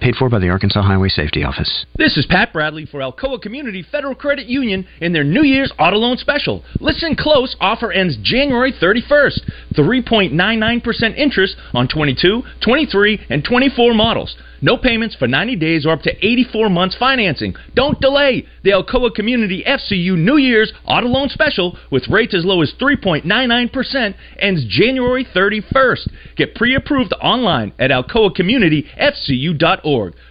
S12: Paid for by the Arkansas Highway Safety Office.
S10: This is Pat Bradley for Alcoa Community Federal Credit Union and their New Year's Auto Loan Special. Listen close, offer ends January 31st. 3.99% interest on 22, 23, and 24 models. No payments for 90 days or up to 84 months financing. Don't delay the Alcoa Community FCU New Year's Auto Loan Special with rates as low as 3.99% ends January 31st. Get pre approved online at alcoacommunityfcu.org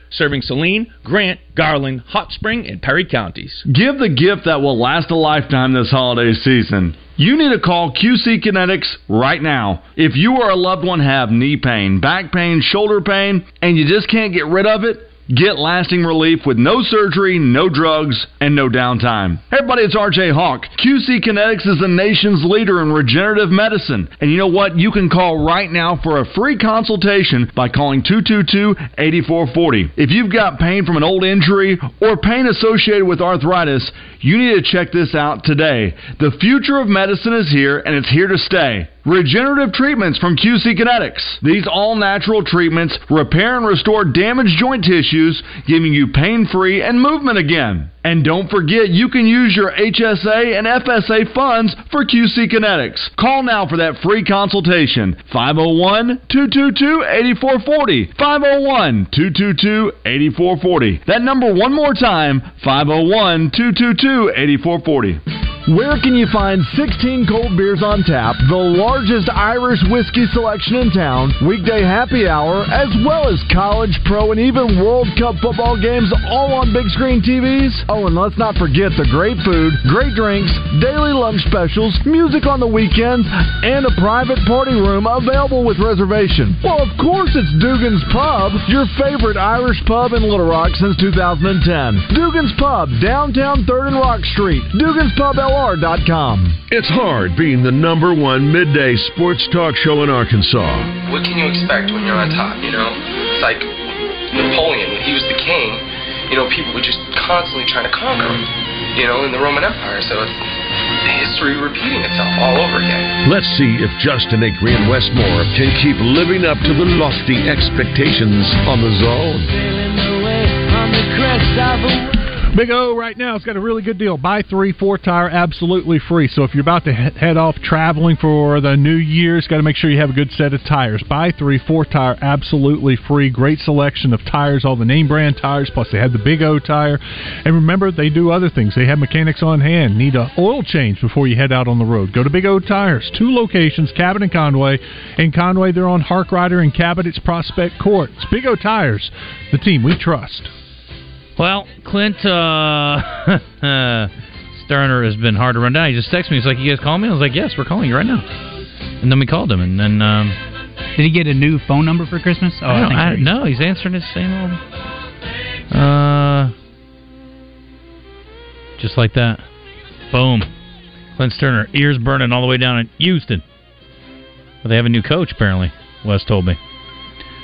S10: serving Saline, Grant, Garland, Hot Spring, and Perry counties.
S13: Give the gift that will last a lifetime this holiday season. You need to call QC Kinetics right now. If you or a loved one have knee pain, back pain, shoulder pain, and you just can't get rid of it, get lasting relief with no surgery, no drugs, and no downtime. Hey everybody, it's RJ Hawk. QC Kinetics is the nation's leader in regenerative medicine. And you know what? You can call right now for a free consultation by calling 222-8440. If you've got pain from an old injury or pain associated with arthritis, you need to check this out today. The future of medicine is here and it's here to stay. Regenerative treatments from QC Kinetics. These all natural treatments repair and restore damaged joint tissues, giving you pain free and movement again. And don't forget, you can use your HSA and FSA funds for QC Kinetics. Call now for that free consultation 501 222 8440. 501 222 8440. oh. That number one more time 501 222 8440.
S11: Where can you find 16 cold beers on tap, the largest Irish whiskey selection in town, weekday happy hour, as well as college, pro, and even World Cup football games all on big screen TVs? Oh, and let's not forget the great food, great drinks, daily lunch specials, music on the weekends, and a private party room available with reservation. Well, of course, it's Dugan's Pub, your favorite Irish pub in Little Rock since 2010. Dugan's Pub, downtown 3rd and Rock Street. Dugan's Pub WLR.com.
S8: It's hard being the number one midday sports talk show in Arkansas.
S14: What can you expect when you're on top, you know? It's like Napoleon, when he was the king, you know, people were just constantly trying to conquer him, you know, in the Roman Empire. So it's history repeating itself all over again.
S8: Let's see if Justin Acree and Westmore can keep living up to the lofty expectations on the zone.
S5: Big O right now, it's got a really good deal. Buy three, four tire, absolutely free. So if you're about to he- head off traveling for the new year, it's got to make sure you have a good set of tires. Buy three, four tire, absolutely free. Great selection of tires, all the name brand tires, plus they have the Big O tire. And remember, they do other things. They have mechanics on hand. Need a oil change before you head out on the road. Go to Big O Tires. Two locations, Cabot and Conway. In Conway, they're on Hark Rider, and Cabot, it's Prospect Court. It's Big O Tires, the team we trust.
S3: Well, Clint uh, Sterner has been hard to run down. He just texted me. He's like, "You guys calling me?" I was like, "Yes, we're calling you right now." And then we called him, and then um,
S6: Did he get a new phone number for Christmas? Oh,
S3: I don't- I-
S6: so.
S3: no, he's answering his same old. Uh, just like that, boom. Clint Sterner, ears burning all the way down in Houston. Well, they have a new coach apparently. Wes told me.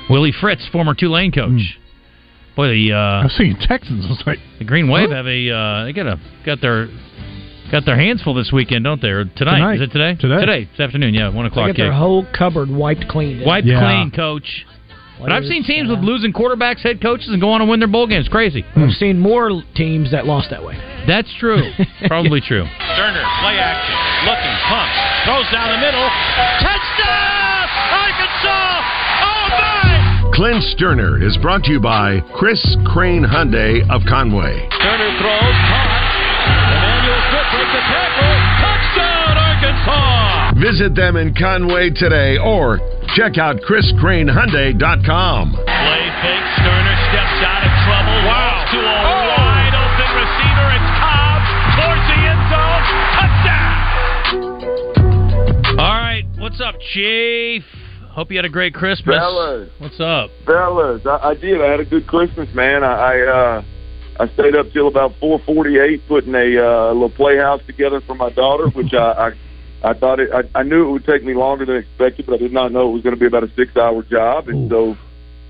S3: Willie Fritz, former Tulane coach.
S6: Hmm.
S3: Boy, the uh,
S5: I was thinking Texans. I was like,
S3: the Green Wave have a uh, they got a got their got their hands full this weekend, don't they? Or tonight?
S4: Tonight.
S3: Is it today?
S4: Today.
S3: Today. This afternoon. Yeah, one
S4: They
S3: o'clock.
S4: get their
S3: kick.
S4: whole cupboard wiped clean.
S3: Wiped clean, coach. But I've seen teams with losing quarterbacks, head coaches, and go on and win their bowl games. Crazy.
S4: I've seen more teams that lost that way.
S3: That's true. Probably true.
S1: Sterner, play action, looking, pumps, throws down the middle. Touchdown! Arkansas! Oh my!
S8: Clint Sterner is brought to you by Chris Crane Hyundai of Conway.
S1: Sterner throws, caught. Emmanuel Smith breaks the tackle. Touchdown, Arkansas!
S8: Visit them in Conway today or check out ChrisCraneHyundai.com.
S1: Play fake, Sterner steps out of trouble. Wow! To a wide open receiver, it's Cobb towards the end zone. Touchdown!
S3: All right. What's up, Chief? Hope you had a great Christmas.
S15: Fellas.
S3: What's up?
S15: Fellas, I, I did. I had a good Christmas, man. I I, uh, I stayed up till about four forty eight putting a uh, little playhouse together for my daughter, which I, I I thought it. I, I knew it would take me longer than expected, but I did not know it was going to be about a six hour job, and so.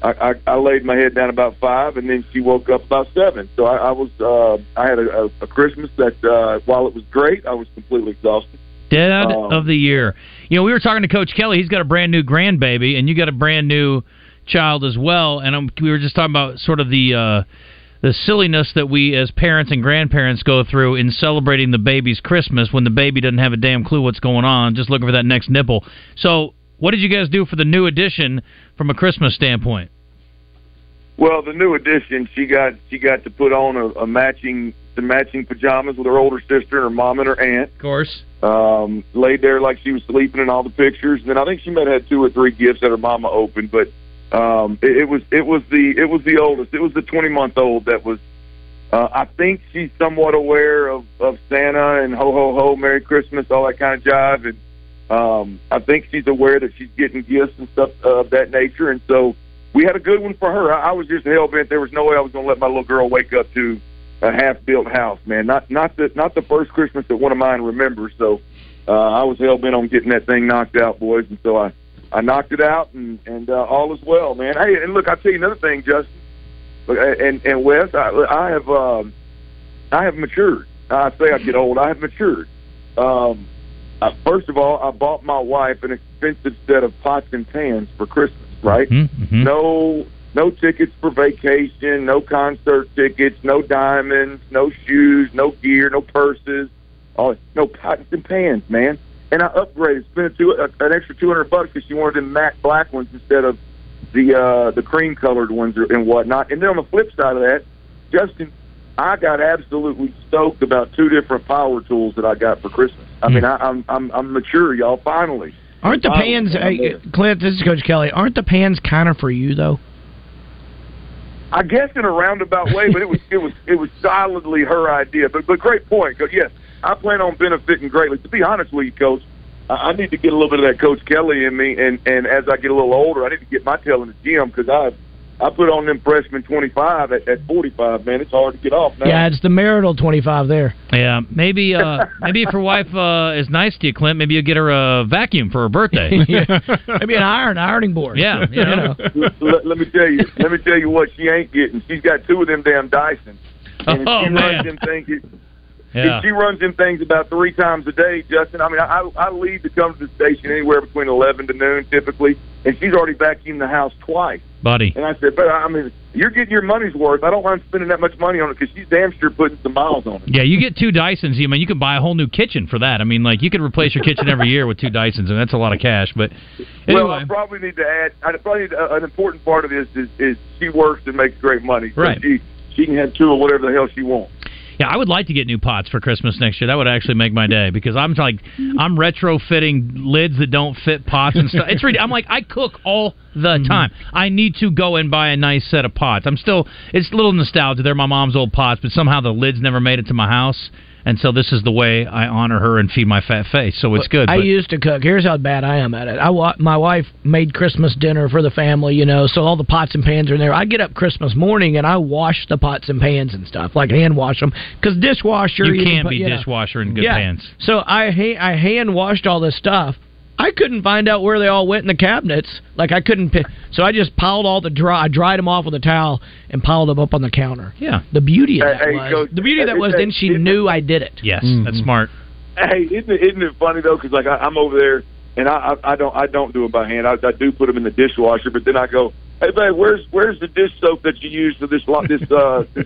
S15: I, I, I laid my head down about five, and then she woke up about seven. So I, I was, uh, I had a, a, a Christmas that, uh, while it was great, I was completely exhausted.
S3: Dad
S1: Oh.
S3: of the year. You know, we were talking to Coach Kelly. He's got a brand new grandbaby, and you got a brand new child as well. And i we were just talking about sort of the uh, the silliness that we as parents and grandparents go through in celebrating the baby's Christmas when the baby doesn't have a damn clue what's going on, just looking for that next nipple. So, what did you guys do for the new edition from a Christmas standpoint?
S15: Well, the new addition, she got she got to put on a, a matching the matching pajamas with her older sister, her mom, and her aunt.
S3: Of course.
S15: Um, laid there like she was sleeping in all the pictures, and then I think she might have had two or three gifts that her mama opened. But um, it, it was it was the it was the oldest. It was the twenty month old that was. Uh, I think she's somewhat aware of of Santa and ho ho ho, Merry Christmas, all that kind of jive, and um, I think she's aware that she's getting gifts and stuff of that nature, and so we had a good one for her. I, I was just hell bent. There was no way I was going to let my little girl wake up to a half built house, man. Not not the not the first Christmas that one of mine remembers. So uh, I was hell bent on getting that thing knocked out, boys, and so I I knocked it out, and and uh, all is well, man. Hey, and look, I will tell you another thing, Justin, Look, and and Wes, I, I have um, I have matured. I say I get old. I have matured. Um, I, first of all, I bought my wife an expensive set of pots and pans for Christmas. Right.
S16: Hmm?
S4: Mm-hmm.
S15: No, no tickets for vacation, no concert tickets, no diamonds, no shoes, no gear, no purses, all, no pots and pans, man. And I upgraded, spent two, uh, an extra two hundred bucks because she wanted them matte black ones instead of the uh, the cream colored ones or- and whatnot. And then on the flip side of that, Justin, I got absolutely stoked about two different power tools that I got for Christmas. I mean, I, I'm, I'm I'm mature, y'all. Finally,
S4: Hmm. Aren't the
S15: Finally,
S4: pans, uh,
S15: I'm
S4: hey,
S15: there.
S4: Clint? This is Coach Kelly. Aren't the pans kind of for you though?
S15: I guess in a roundabout way, but it was it was it was solidly her idea. But but great point. 'cause, Yes, I plan on benefiting greatly. To be honest with you, Coach, I, I need to get a little bit of that Coach Kelly in me, and and as I get a little older, I need to get my tail in the gym because I I put on them freshman twenty five at, at forty five. Man, it's hard to get off now.
S4: Yeah, it's the marital twenty-five there.
S3: Yeah, maybe uh, maybe if her wife uh, is nice to you, Clint, maybe you get her a vacuum for her birthday.
S4: Maybe an iron, ironing board.
S3: Yeah, you know.
S15: let, let me tell you, let me tell you what she ain't getting. She's got two of them damn Dyson, and
S1: Oh,
S15: if she
S1: man.
S15: runs them things.
S1: Yeah.
S15: If she runs them things about three times a day, Justin. I mean, I, I leave to come to the station anywhere between eleven to noon typically, and she's already vacuumed the house twice.
S3: Buddy.
S15: And I said, but I mean, you're getting your money's worth. I don't mind spending that much money on it because she's damn sure putting some miles on it.
S3: Yeah, you get two Dysons. You mean you can buy a whole new kitchen for that? I mean, like you could replace your kitchen every year with two Dysons, and that's a lot of cash. But
S15: Well, I probably need to add. I probably need, uh, an important part of this is, is she works and makes great money. So
S3: Right.
S15: She she can have two or whatever the hell she wants.
S3: yeah, I would like to get new pots for Christmas next year. That would actually make my day because I'm like I'm retrofitting lids that don't fit pots and stuff. It's ridiculous. I'm like I cook all
S4: Mm-hmm.
S3: the time. I need to go and buy a nice set of pots. I'm still it's a little nostalgia. They're my mom's old pots, but somehow the lids never made it to my house. And so this is the way I honor her and feed my fat face. So it's good.
S4: I
S3: but-
S4: used to cook. Here's how bad I am at it. I wa- my wife made Christmas dinner for the family, you know, so all the pots and pans are in there. I get up Christmas morning and I wash the pots and pans and stuff, like hand wash them, because dishwasher.
S3: you
S4: can
S3: can't be dishwasher in good
S4: Yeah.
S3: pants.
S4: So I ha- I hand washed all this stuff. I couldn't find out where they all went in the cabinets. Like I couldn't. Pick. So I just piled all the dry. I dried them off with a towel and piled them up on the counter.
S3: Yeah.
S4: The beauty of
S15: Hey,
S4: that
S15: hey, Mm-hmm.
S4: was.
S15: Coach,
S4: the beauty of that
S15: hey,
S4: was.
S15: hey,
S4: Then she knew I did it. Mm.
S3: Yes, that's smart.
S15: Hey, isn't it, isn't it funny though? Because like I, I'm over there and I, I I don't I don't do it by hand. I, I do put them in the dishwasher, but then I go, hey babe, where's where's the dish soap that you use for this lo- this uh this,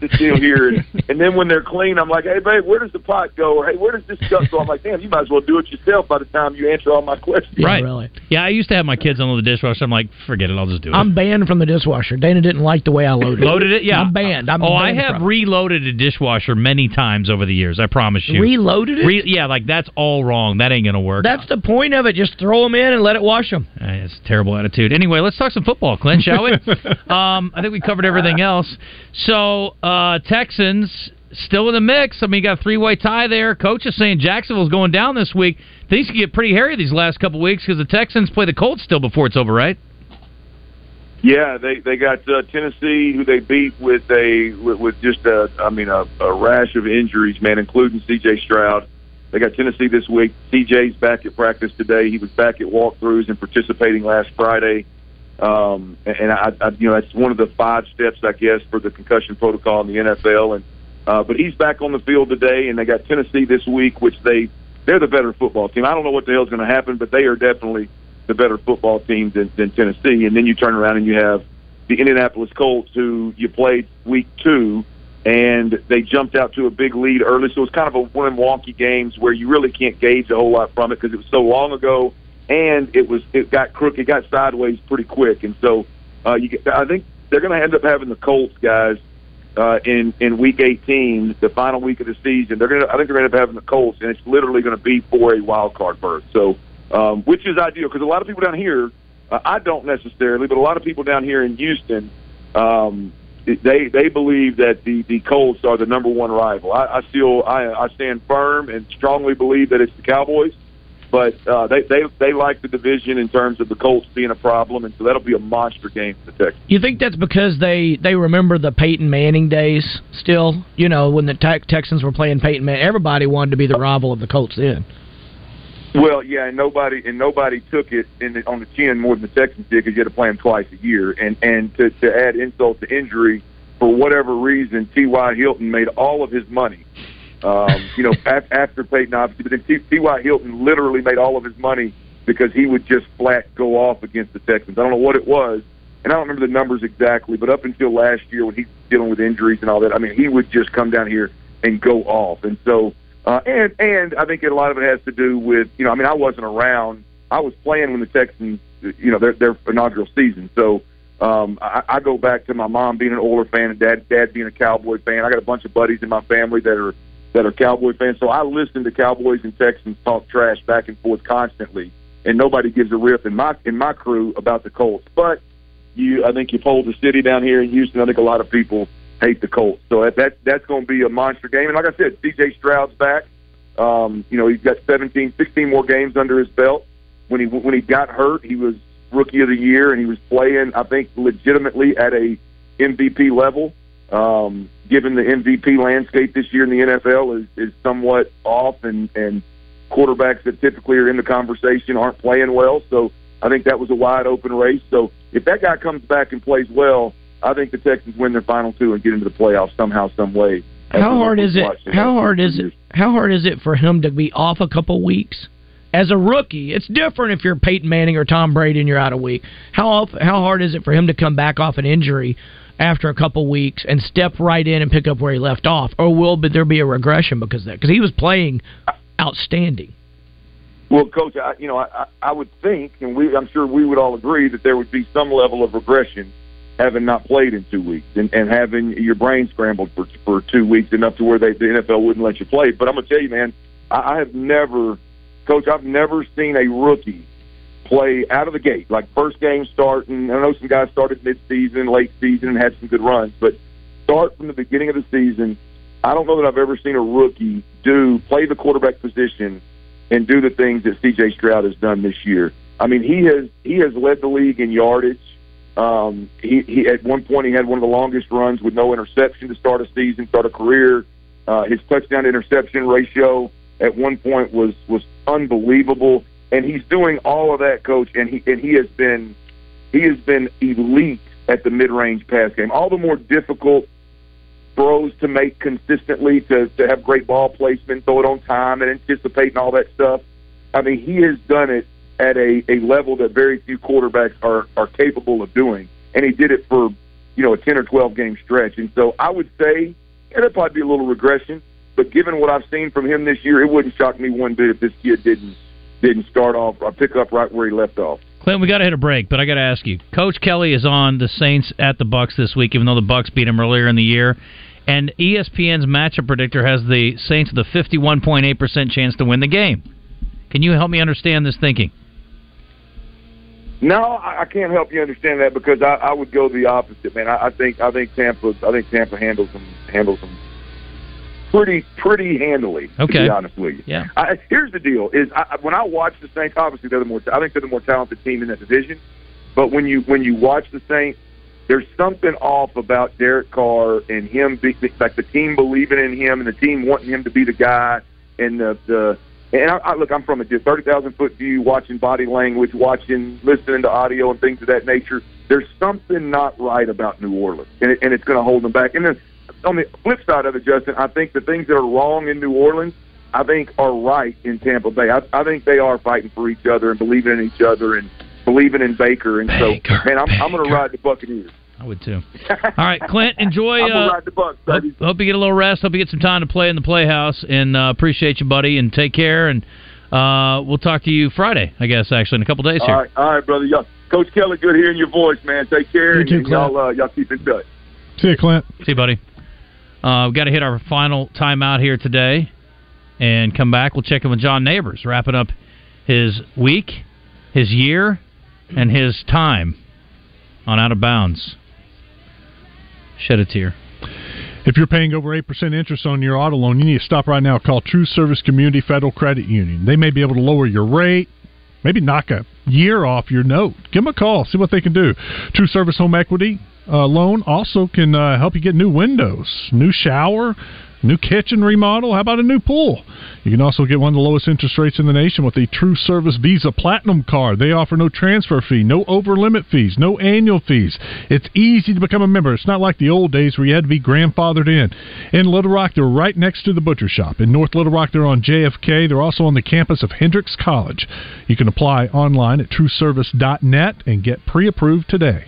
S15: this deal here? And, and then when they're clean, I'm like, hey babe, where does the pot go? Or hey, where does this stuff go? I'm like, damn, you might as well do it yourself by the time you answer all my questions.
S3: right. Yeah, I used to have my kids unload the dishwasher. I'm like, forget it. I'll just do it.
S4: I'm banned from the dishwasher. Dana didn't like the way I loaded it.
S3: Loaded it, yeah.
S4: I'm banned. I'm
S3: oh, I
S4: banned
S3: have
S4: from it.
S3: reloaded a dishwasher many times over the years. I promise you.
S4: Reloaded it?
S3: yeah, like that's all wrong. That ain't gonna work.
S4: That's the point of it. Just throw them in and let it wash them.
S3: Uh, It's a terrible attitude. Anyway, let's talk some football, Clint, shall we? um, I think we covered everything else. So uh, Texans still in the mix. I mean, you got a three-way tie there. Coach is saying Jacksonville's going down this week. Things can get pretty hairy these last couple weeks because the Texans play the Colts still before it's over, right?
S15: Yeah, they they got uh, Tennessee, who they beat with a with, with just a I mean a, a rash of injuries, man, including C.J. Stroud. They got Tennessee this week. C.J.'s back at practice today. He was back at walkthroughs and participating last Friday. Um, and and I, I, you know, that's one of the five steps, I guess, for the concussion protocol in the NFL. And uh, but he's back on the field today, and they got Tennessee this week, which they they're the better football team. I don't know what the hell's going to happen, but they are definitely the better football team than, than Tennessee. And then you turn around and you have the Indianapolis Colts, who you played week two, and they jumped out to a big lead early. So it's kind of a one of them wonky games where you really can't gauge a whole lot from it because it was so long ago, and it was it got crooked, it got sideways pretty quick. And so uh, you, get- I think they're going to end up having the Colts guys uh, in in week 18, the final week of the season. They're going to, I think they're going to end up having the Colts, and it's literally going to be for a wild card berth. So, um, which is ideal because a lot of people down here, uh, I don't necessarily, but a lot of people down here in Houston, um, they they believe that the the Colts are the number one rival. I, I still I, I stand firm and strongly believe that it's the Cowboys. But uh, they, they they like the division in terms of the Colts being a problem, and so that'll be a monster game for the Texans.
S4: You think that's because they they remember the Peyton Manning days still? You know, when the Tex- Texans were playing Peyton Manning, everybody wanted to be the rival of the Colts then.
S15: Well, yeah, and nobody and nobody took it in the, on the chin more than the Texans did because you had to play them twice a year. And and to, to add insult to injury, for whatever reason, T.Y. Hilton made all of his money. Um, you know, af- after Peyton obviously, but then T- T.Y. Hilton literally made all of his money because he would just flat go off against the Texans. I don't know what it was, and I don't remember the numbers exactly, but up until last year when he's dealing with injuries and all that, I mean, he would just come down here and go off. And so, uh, and and I think a lot of it has to do with you know, I mean, I wasn't around. I was playing when the Texans, you know, their their inaugural season. So um, I, I go back to my mom being an Oiler fan and dad dad being a Cowboy fan. I got a bunch of buddies in my family that are that are Cowboy fans. So I listen to Cowboys and Texans talk trash back and forth constantly, and nobody gives a rip in my in my crew about the Colts. But you, I think you poll the city down here in Houston. I think a lot of people hate the Colts. So that, that that's going to be a monster game. And like I said, DJ Stroud's back. Um, you know, he's got 17, 16 more games under his belt. When he when he got hurt, he was rookie of the year and he was playing, I think, legitimately at a MVP level. Um, given the MVP landscape this year in the NFL is, is somewhat off, and and quarterbacks that typically are in the conversation aren't playing well. So I think that was a wide open race. So if that guy comes back and plays well, I think the Texans win their final two and get into the playoffs somehow, some way.
S4: How hard is it? How hard is it? How hard is it for him to be off a couple weeks as a rookie? It's different if you're Peyton Manning or Tom Brady and you're out a week. How off, how hard is it for him to come back off an injury after a couple weeks and step right in and pick up where he left off, or will there be a regression because of that? Because he was playing outstanding.
S15: Well, coach, I, you know, I, I- I would think, and we, I'm sure we would all agree that there would be some level of regression having not played in two weeks and, and having your brain scrambled for for two weeks enough to where they, the NFL wouldn't let you play. But I'm gonna tell you, man, I, I have never, coach, I've never seen a rookie play out of the gate like first game starting. I know some guys started mid-season, late season, and had some good runs, but start from the beginning of the season. I don't know that I've ever seen a rookie do play the quarterback position and do the things that C.J. Stroud has done this year. I mean, he has he has led the league in yardage. Um, he, he at one point he had one of the longest runs with no interception to start a season, start a career. Uh, his touchdown to interception ratio at one point was was unbelievable, and he's doing all of that, coach. And he and he has been he has been elite at the mid range pass game. All the more difficult throws to make consistently to, to have great ball placement, throw it on time and anticipate and all that stuff. I mean, he has done it at a, a level that very few quarterbacks are, are capable of doing. And he did it for, you know, a 10 or 12 game stretch. And so I would say, and it'd probably be a little regression, but given what I've seen from him this year, it wouldn't shock me one bit if this kid didn't, didn't start off or pick up right where he left off.
S3: Clint, we got to hit a break, but I got to ask you. Coach Kelly is on the Saints at the Bucks this week, even though the Bucks beat him earlier in the year. And E ESPN's matchup predictor has the Saints with a 51.8% chance to win the game. Can you help me understand this thinking?
S15: No, I I can't help you understand that because I, I would go the opposite, man. I, I think I think Tampa I think Tampa handles them handles them pretty pretty handily. To
S1: Okay.
S15: be honest with you.
S1: Yeah.
S15: I, here's the deal: is I, I- when I watch the Saints, obviously they're the more I think they're the more talented team in that division. But when you when you watch the Saints, there's something off about Derek Carr and him, be, like the team believing in him and the team wanting him to be the guy. And the the and I, I look, I'm from a thirty thousand foot view, watching body language, watching listening to audio and things of that nature. There's something not right about New Orleans, and, it, and it's going to hold them back. And then on the flip side of it, Justin, I think the things that are wrong in New Orleans I think are right in Tampa Bay. I, I think they are fighting for each other and believing in each other and believing in Baker. And so, man, I'm, I'm going to ride the Buccaneers.
S3: I would too. All right, Clint, enjoy.
S15: I'm gonna
S3: uh,
S15: ride the Bucs,
S3: hope, hope you get a little rest. Hope you get some time to play in the playhouse. And uh, appreciate you, buddy. And take care. And uh, we'll talk to you Friday, I guess, actually, in a couple days
S15: All
S3: here.
S15: right, all right, brother. Y'all, Coach Kelly, good hearing your voice, man. Take care,
S3: You
S15: and-
S3: too,
S15: and y'all, uh, y'all keep in touch.
S5: See you, Clint.
S3: See you, buddy. Uh, we've got to hit our final timeout here today and come back. We'll check in with John Neighbors, wrapping up his week, his year, and his time on Out of Bounds. Shed a tear.
S5: If you're paying over 8% interest on your auto loan, you need to stop right now. Call True Service Community Federal Credit Union. They may be able to lower your rate, maybe knock a year off your note. Give them a call, see what they can do. True Service Home Equity uh, Loan also can uh, help you get new windows, new shower, new kitchen remodel. How about a new pool? You can also get one of the lowest interest rates in the nation with a True Service Visa Platinum card. They offer no transfer fee, no over limit fees, no annual fees. It's easy to become a member. It's not like the old days where you had to be grandfathered in. In Little Rock, they're right next to the butcher shop. In North Little Rock, they're on JFK. They're also on the campus of Hendricks College. You can apply online at trueservice.net and get pre approved today.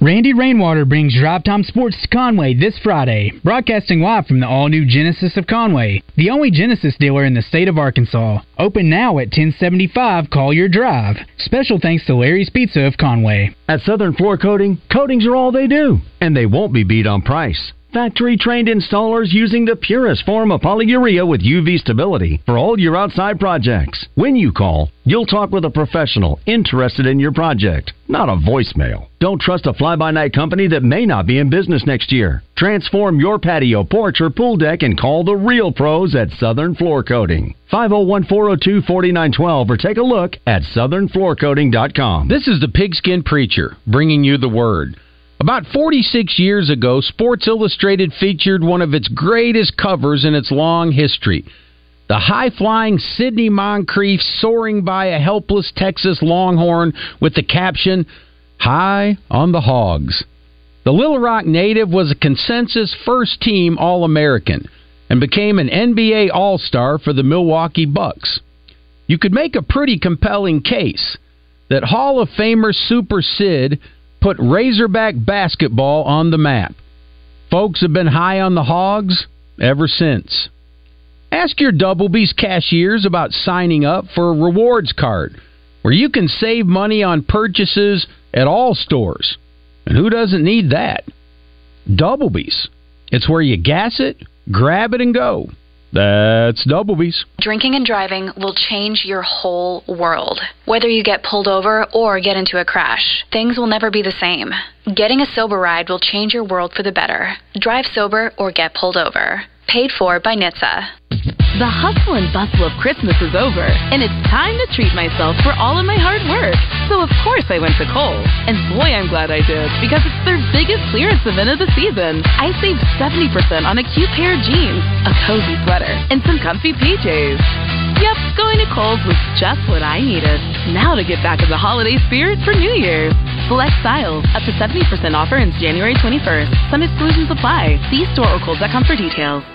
S6: Randy Rainwater brings Drop Tom Sports to Conway this Friday, broadcasting live from the all new Genesis of Conway, the only Genesis dealer in the state of Arkansas. Open now at 1075 Call Your Drive. Special thanks to Larry's Pizza of Conway.
S17: At Southern Floor Coating, coatings are all they do, and they won't be beat on price. Factory trained installers using the purest form of polyurea with UV stability for all your outside projects. When you call, you'll talk with a professional interested in your project, not a voicemail. Don't trust a fly by night company that may not be in business next year. Transform your patio, porch, or pool deck and call the real pros at Southern Floor Coating. 501 402 4912 or take a look at southernfloorcoating.com.
S18: This is the Pigskin Preacher bringing you the word. About 46 years ago, Sports Illustrated featured one of its greatest covers in its long history. The high flying Sidney Moncrief soaring by a helpless Texas Longhorn with the caption, High on the Hogs. The Little Rock native was a consensus first team All American and became an NBA All Star for the Milwaukee Bucks. You could make a pretty compelling case that Hall of Famer Super Sid put Razorback basketball on the map. Folks have been high on the hogs ever since. Ask your Doublebee's cashiers about signing up for a rewards card where you can save money on purchases at all stores. And who doesn't need that? Doublebee's. It's where you gas it, grab it, and go. That's Doublebee's.
S19: Drinking and driving will change your whole world. Whether you get pulled over or get into a crash, things will never be the same. Getting a sober ride will change your world for the better. Drive sober or get pulled over. Paid for by NHTSA.
S20: The hustle and bustle of Christmas is over, and it's time to treat myself for all of my hard work. So, of course, I went to Kohl's. And boy, I'm glad I did, because it's their biggest clearance event of the season. I saved 70% on a cute pair of jeans, a cozy sweater, and some comfy PJs. Yep, going to Kohl's was just what I needed. Now to get back in the holiday spirit for New Year's. Select styles, up to 70% offer ends January 21st. Some exclusions apply. See store or Kohl's.com for details.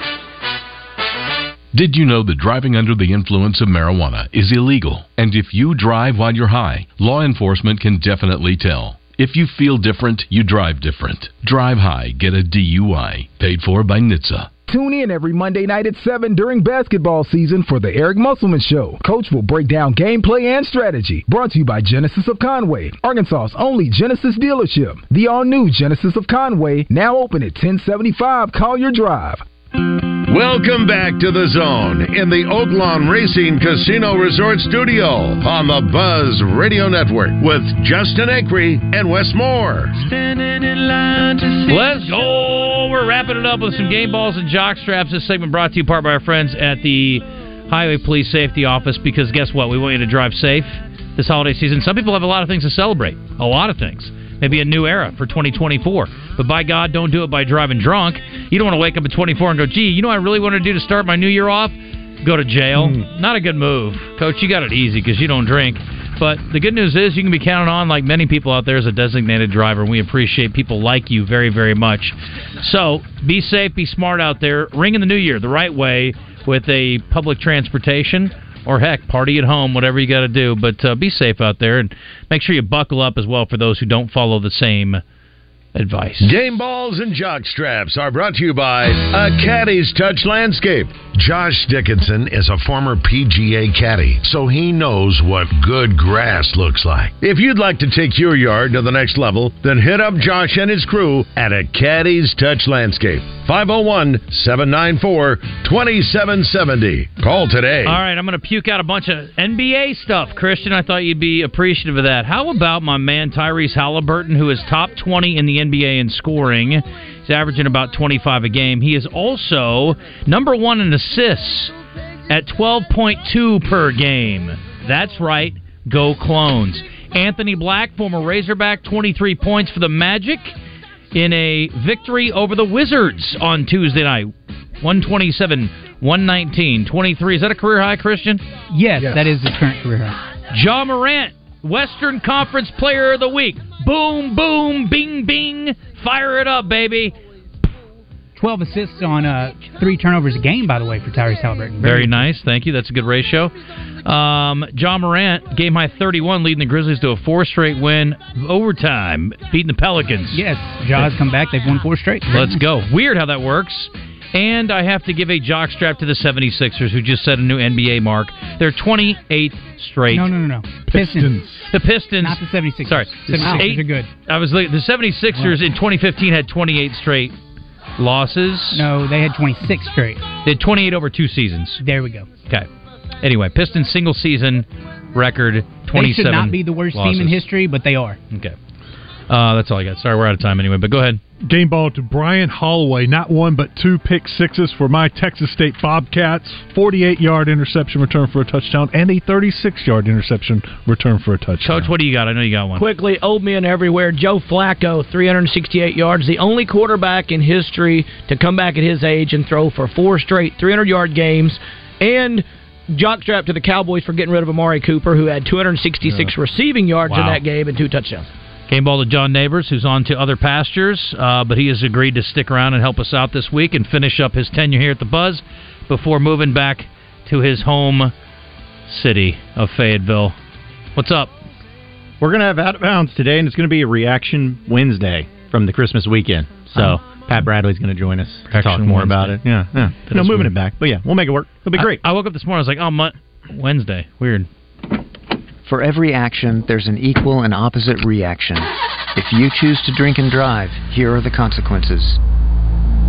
S16: Did you know that driving under the influence of marijuana is illegal? And if you drive while you're high, law enforcement can definitely tell. If you feel different, you drive different. Drive high, get a DUI. Paid for by NHTSA.
S21: Tune in every Monday night at 7 during basketball season for the Eric Musselman Show. Coach will break down gameplay and strategy. Brought to you by Genesis of Conway, Arkansas's only Genesis dealership. The all new Genesis of Conway, now open at 1075 Collier Drive.
S8: Welcome back to the zone in the Oaklawn Racing Casino Resort Studio on the Buzz Radio Network with Justin Acree and Wes Moore.
S3: Let's go. We're wrapping it up with some game balls and jock straps. This segment brought to you in part by our friends at the Highway Police Safety Office because guess what? We want you to drive safe this holiday season. Some people have a lot of things to celebrate, a lot of things. Maybe a new era for 2024. But by God, don't do it by driving drunk. You don't want to wake up at 24 and go, gee, you know what I really want to do to start my new year off? Go to jail. Not a good move. Coach, you got it easy because you don't drink. But the good news is you can be counted on, like many people out there, as a designated driver. We appreciate people like you very, very much. So be safe, be smart out there. Ring in the new year the right way with a public transportation or heck, party at home, whatever you got to do. But uh, be safe out there and make sure you buckle up as well for those who don't follow the same advice.
S8: Game balls and jock straps are brought to you by A Caddy's Touch Landscape. Josh Dickinson is a former PGA caddy, so he knows what good grass looks like. If you'd like to take your yard to the next level, then hit up Josh and his crew at A Caddy's Touch Landscape. 501 794 2770. Call today.
S3: All right, I'm going to puke out a bunch of NBA stuff. Christian, I thought you'd be appreciative of that. How about my man Tyrese Halliburton, who is top 20 in the NBA in scoring? He's averaging about 25 a game. He is also number one in assists at 12.2 per game. That's right, go clones. Anthony Black, former Razorback, 23 points for the Magic in a victory over the Wizards on Tuesday night. 127 119 23. Is that a career high, Christian?
S6: Yes, that is his current career high.
S3: John Morant, Western Conference Player of the Week. Boom, boom, bing, bing. Fire it up, baby.
S6: 12 assists on uh, three turnovers a game, by the way, for Tyrese Halliburton.
S3: Very nice. Thank you. That's a good ratio. Um, John Morant, game high 31, leading the Grizzlies to a four straight win, overtime, beating the Pelicans.
S6: Yes, Jaws come back. They've won four straight.
S3: Let's go. Weird how that works. And I have to give a jockstrap to the 76ers, who just set a new NBA mark. They're 28th straight.
S6: No, no, no, no. Pistons.
S3: The Pistons.
S6: Not the 76ers.
S3: Sorry.
S6: The 76ers
S3: Eight-
S6: are good.
S3: I was looking- the 76ers in 2015 had 28 straight losses.
S6: No, they had 26 straight.
S3: They had 28 over two seasons.
S6: There we go.
S3: Okay. Anyway, Pistons single season record 27.
S6: They should not be the worst team in
S3: losses.
S6: history, but they are.
S3: Okay. Uh, that's all I got. Sorry, we're out of time anyway, but go ahead.
S5: Game ball to Brian Holloway. Not one, but two pick sixes for my Texas State Bobcats. 48 yard interception return for a touchdown and a 36 yard interception return for a touchdown.
S3: Coach, what do you got? I know you got one.
S4: Quickly, old men everywhere. Joe Flacco, 368 yards, the only quarterback in history to come back at his age and throw for four straight 300 yard games. And jockstrap to the Cowboys for getting rid of Amari Cooper, who had 266 receiving yards in
S3: Wow.
S4: that game and two touchdowns.
S3: Game ball to John Neighbors, who's on to other pastures, uh, but he has agreed to stick around and help us out this week and finish up his tenure here at the Buzz before moving back to his home city of Fayetteville. What's up?
S2: We're going to have Out of Bounds today, and it's going to be a reaction Wednesday from the Christmas weekend. So
S11: Uh-huh.
S2: Pat Bradley's going to join us to talk more about it. Yeah, yeah.
S3: That
S2: no,
S3: is
S2: moving
S3: weird.
S2: it back. But yeah, we'll make it work. It'll be
S3: I-
S2: great.
S3: I, woke up this morning. I was like, oh, Mon- Wednesday. Weird.
S22: For every action, there's an equal and opposite reaction. If you choose to drink and drive, here are the consequences.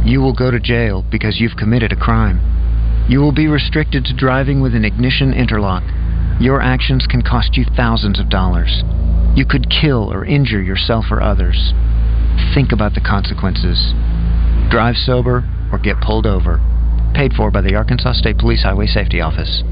S22: You will go to jail because you've committed a crime. You will be restricted to driving with an ignition interlock. Your actions can cost you thousands of dollars. You could kill or injure yourself or others. Think about the consequences. Drive sober or get pulled over. Paid for by the Arkansas State Police Highway Safety Office.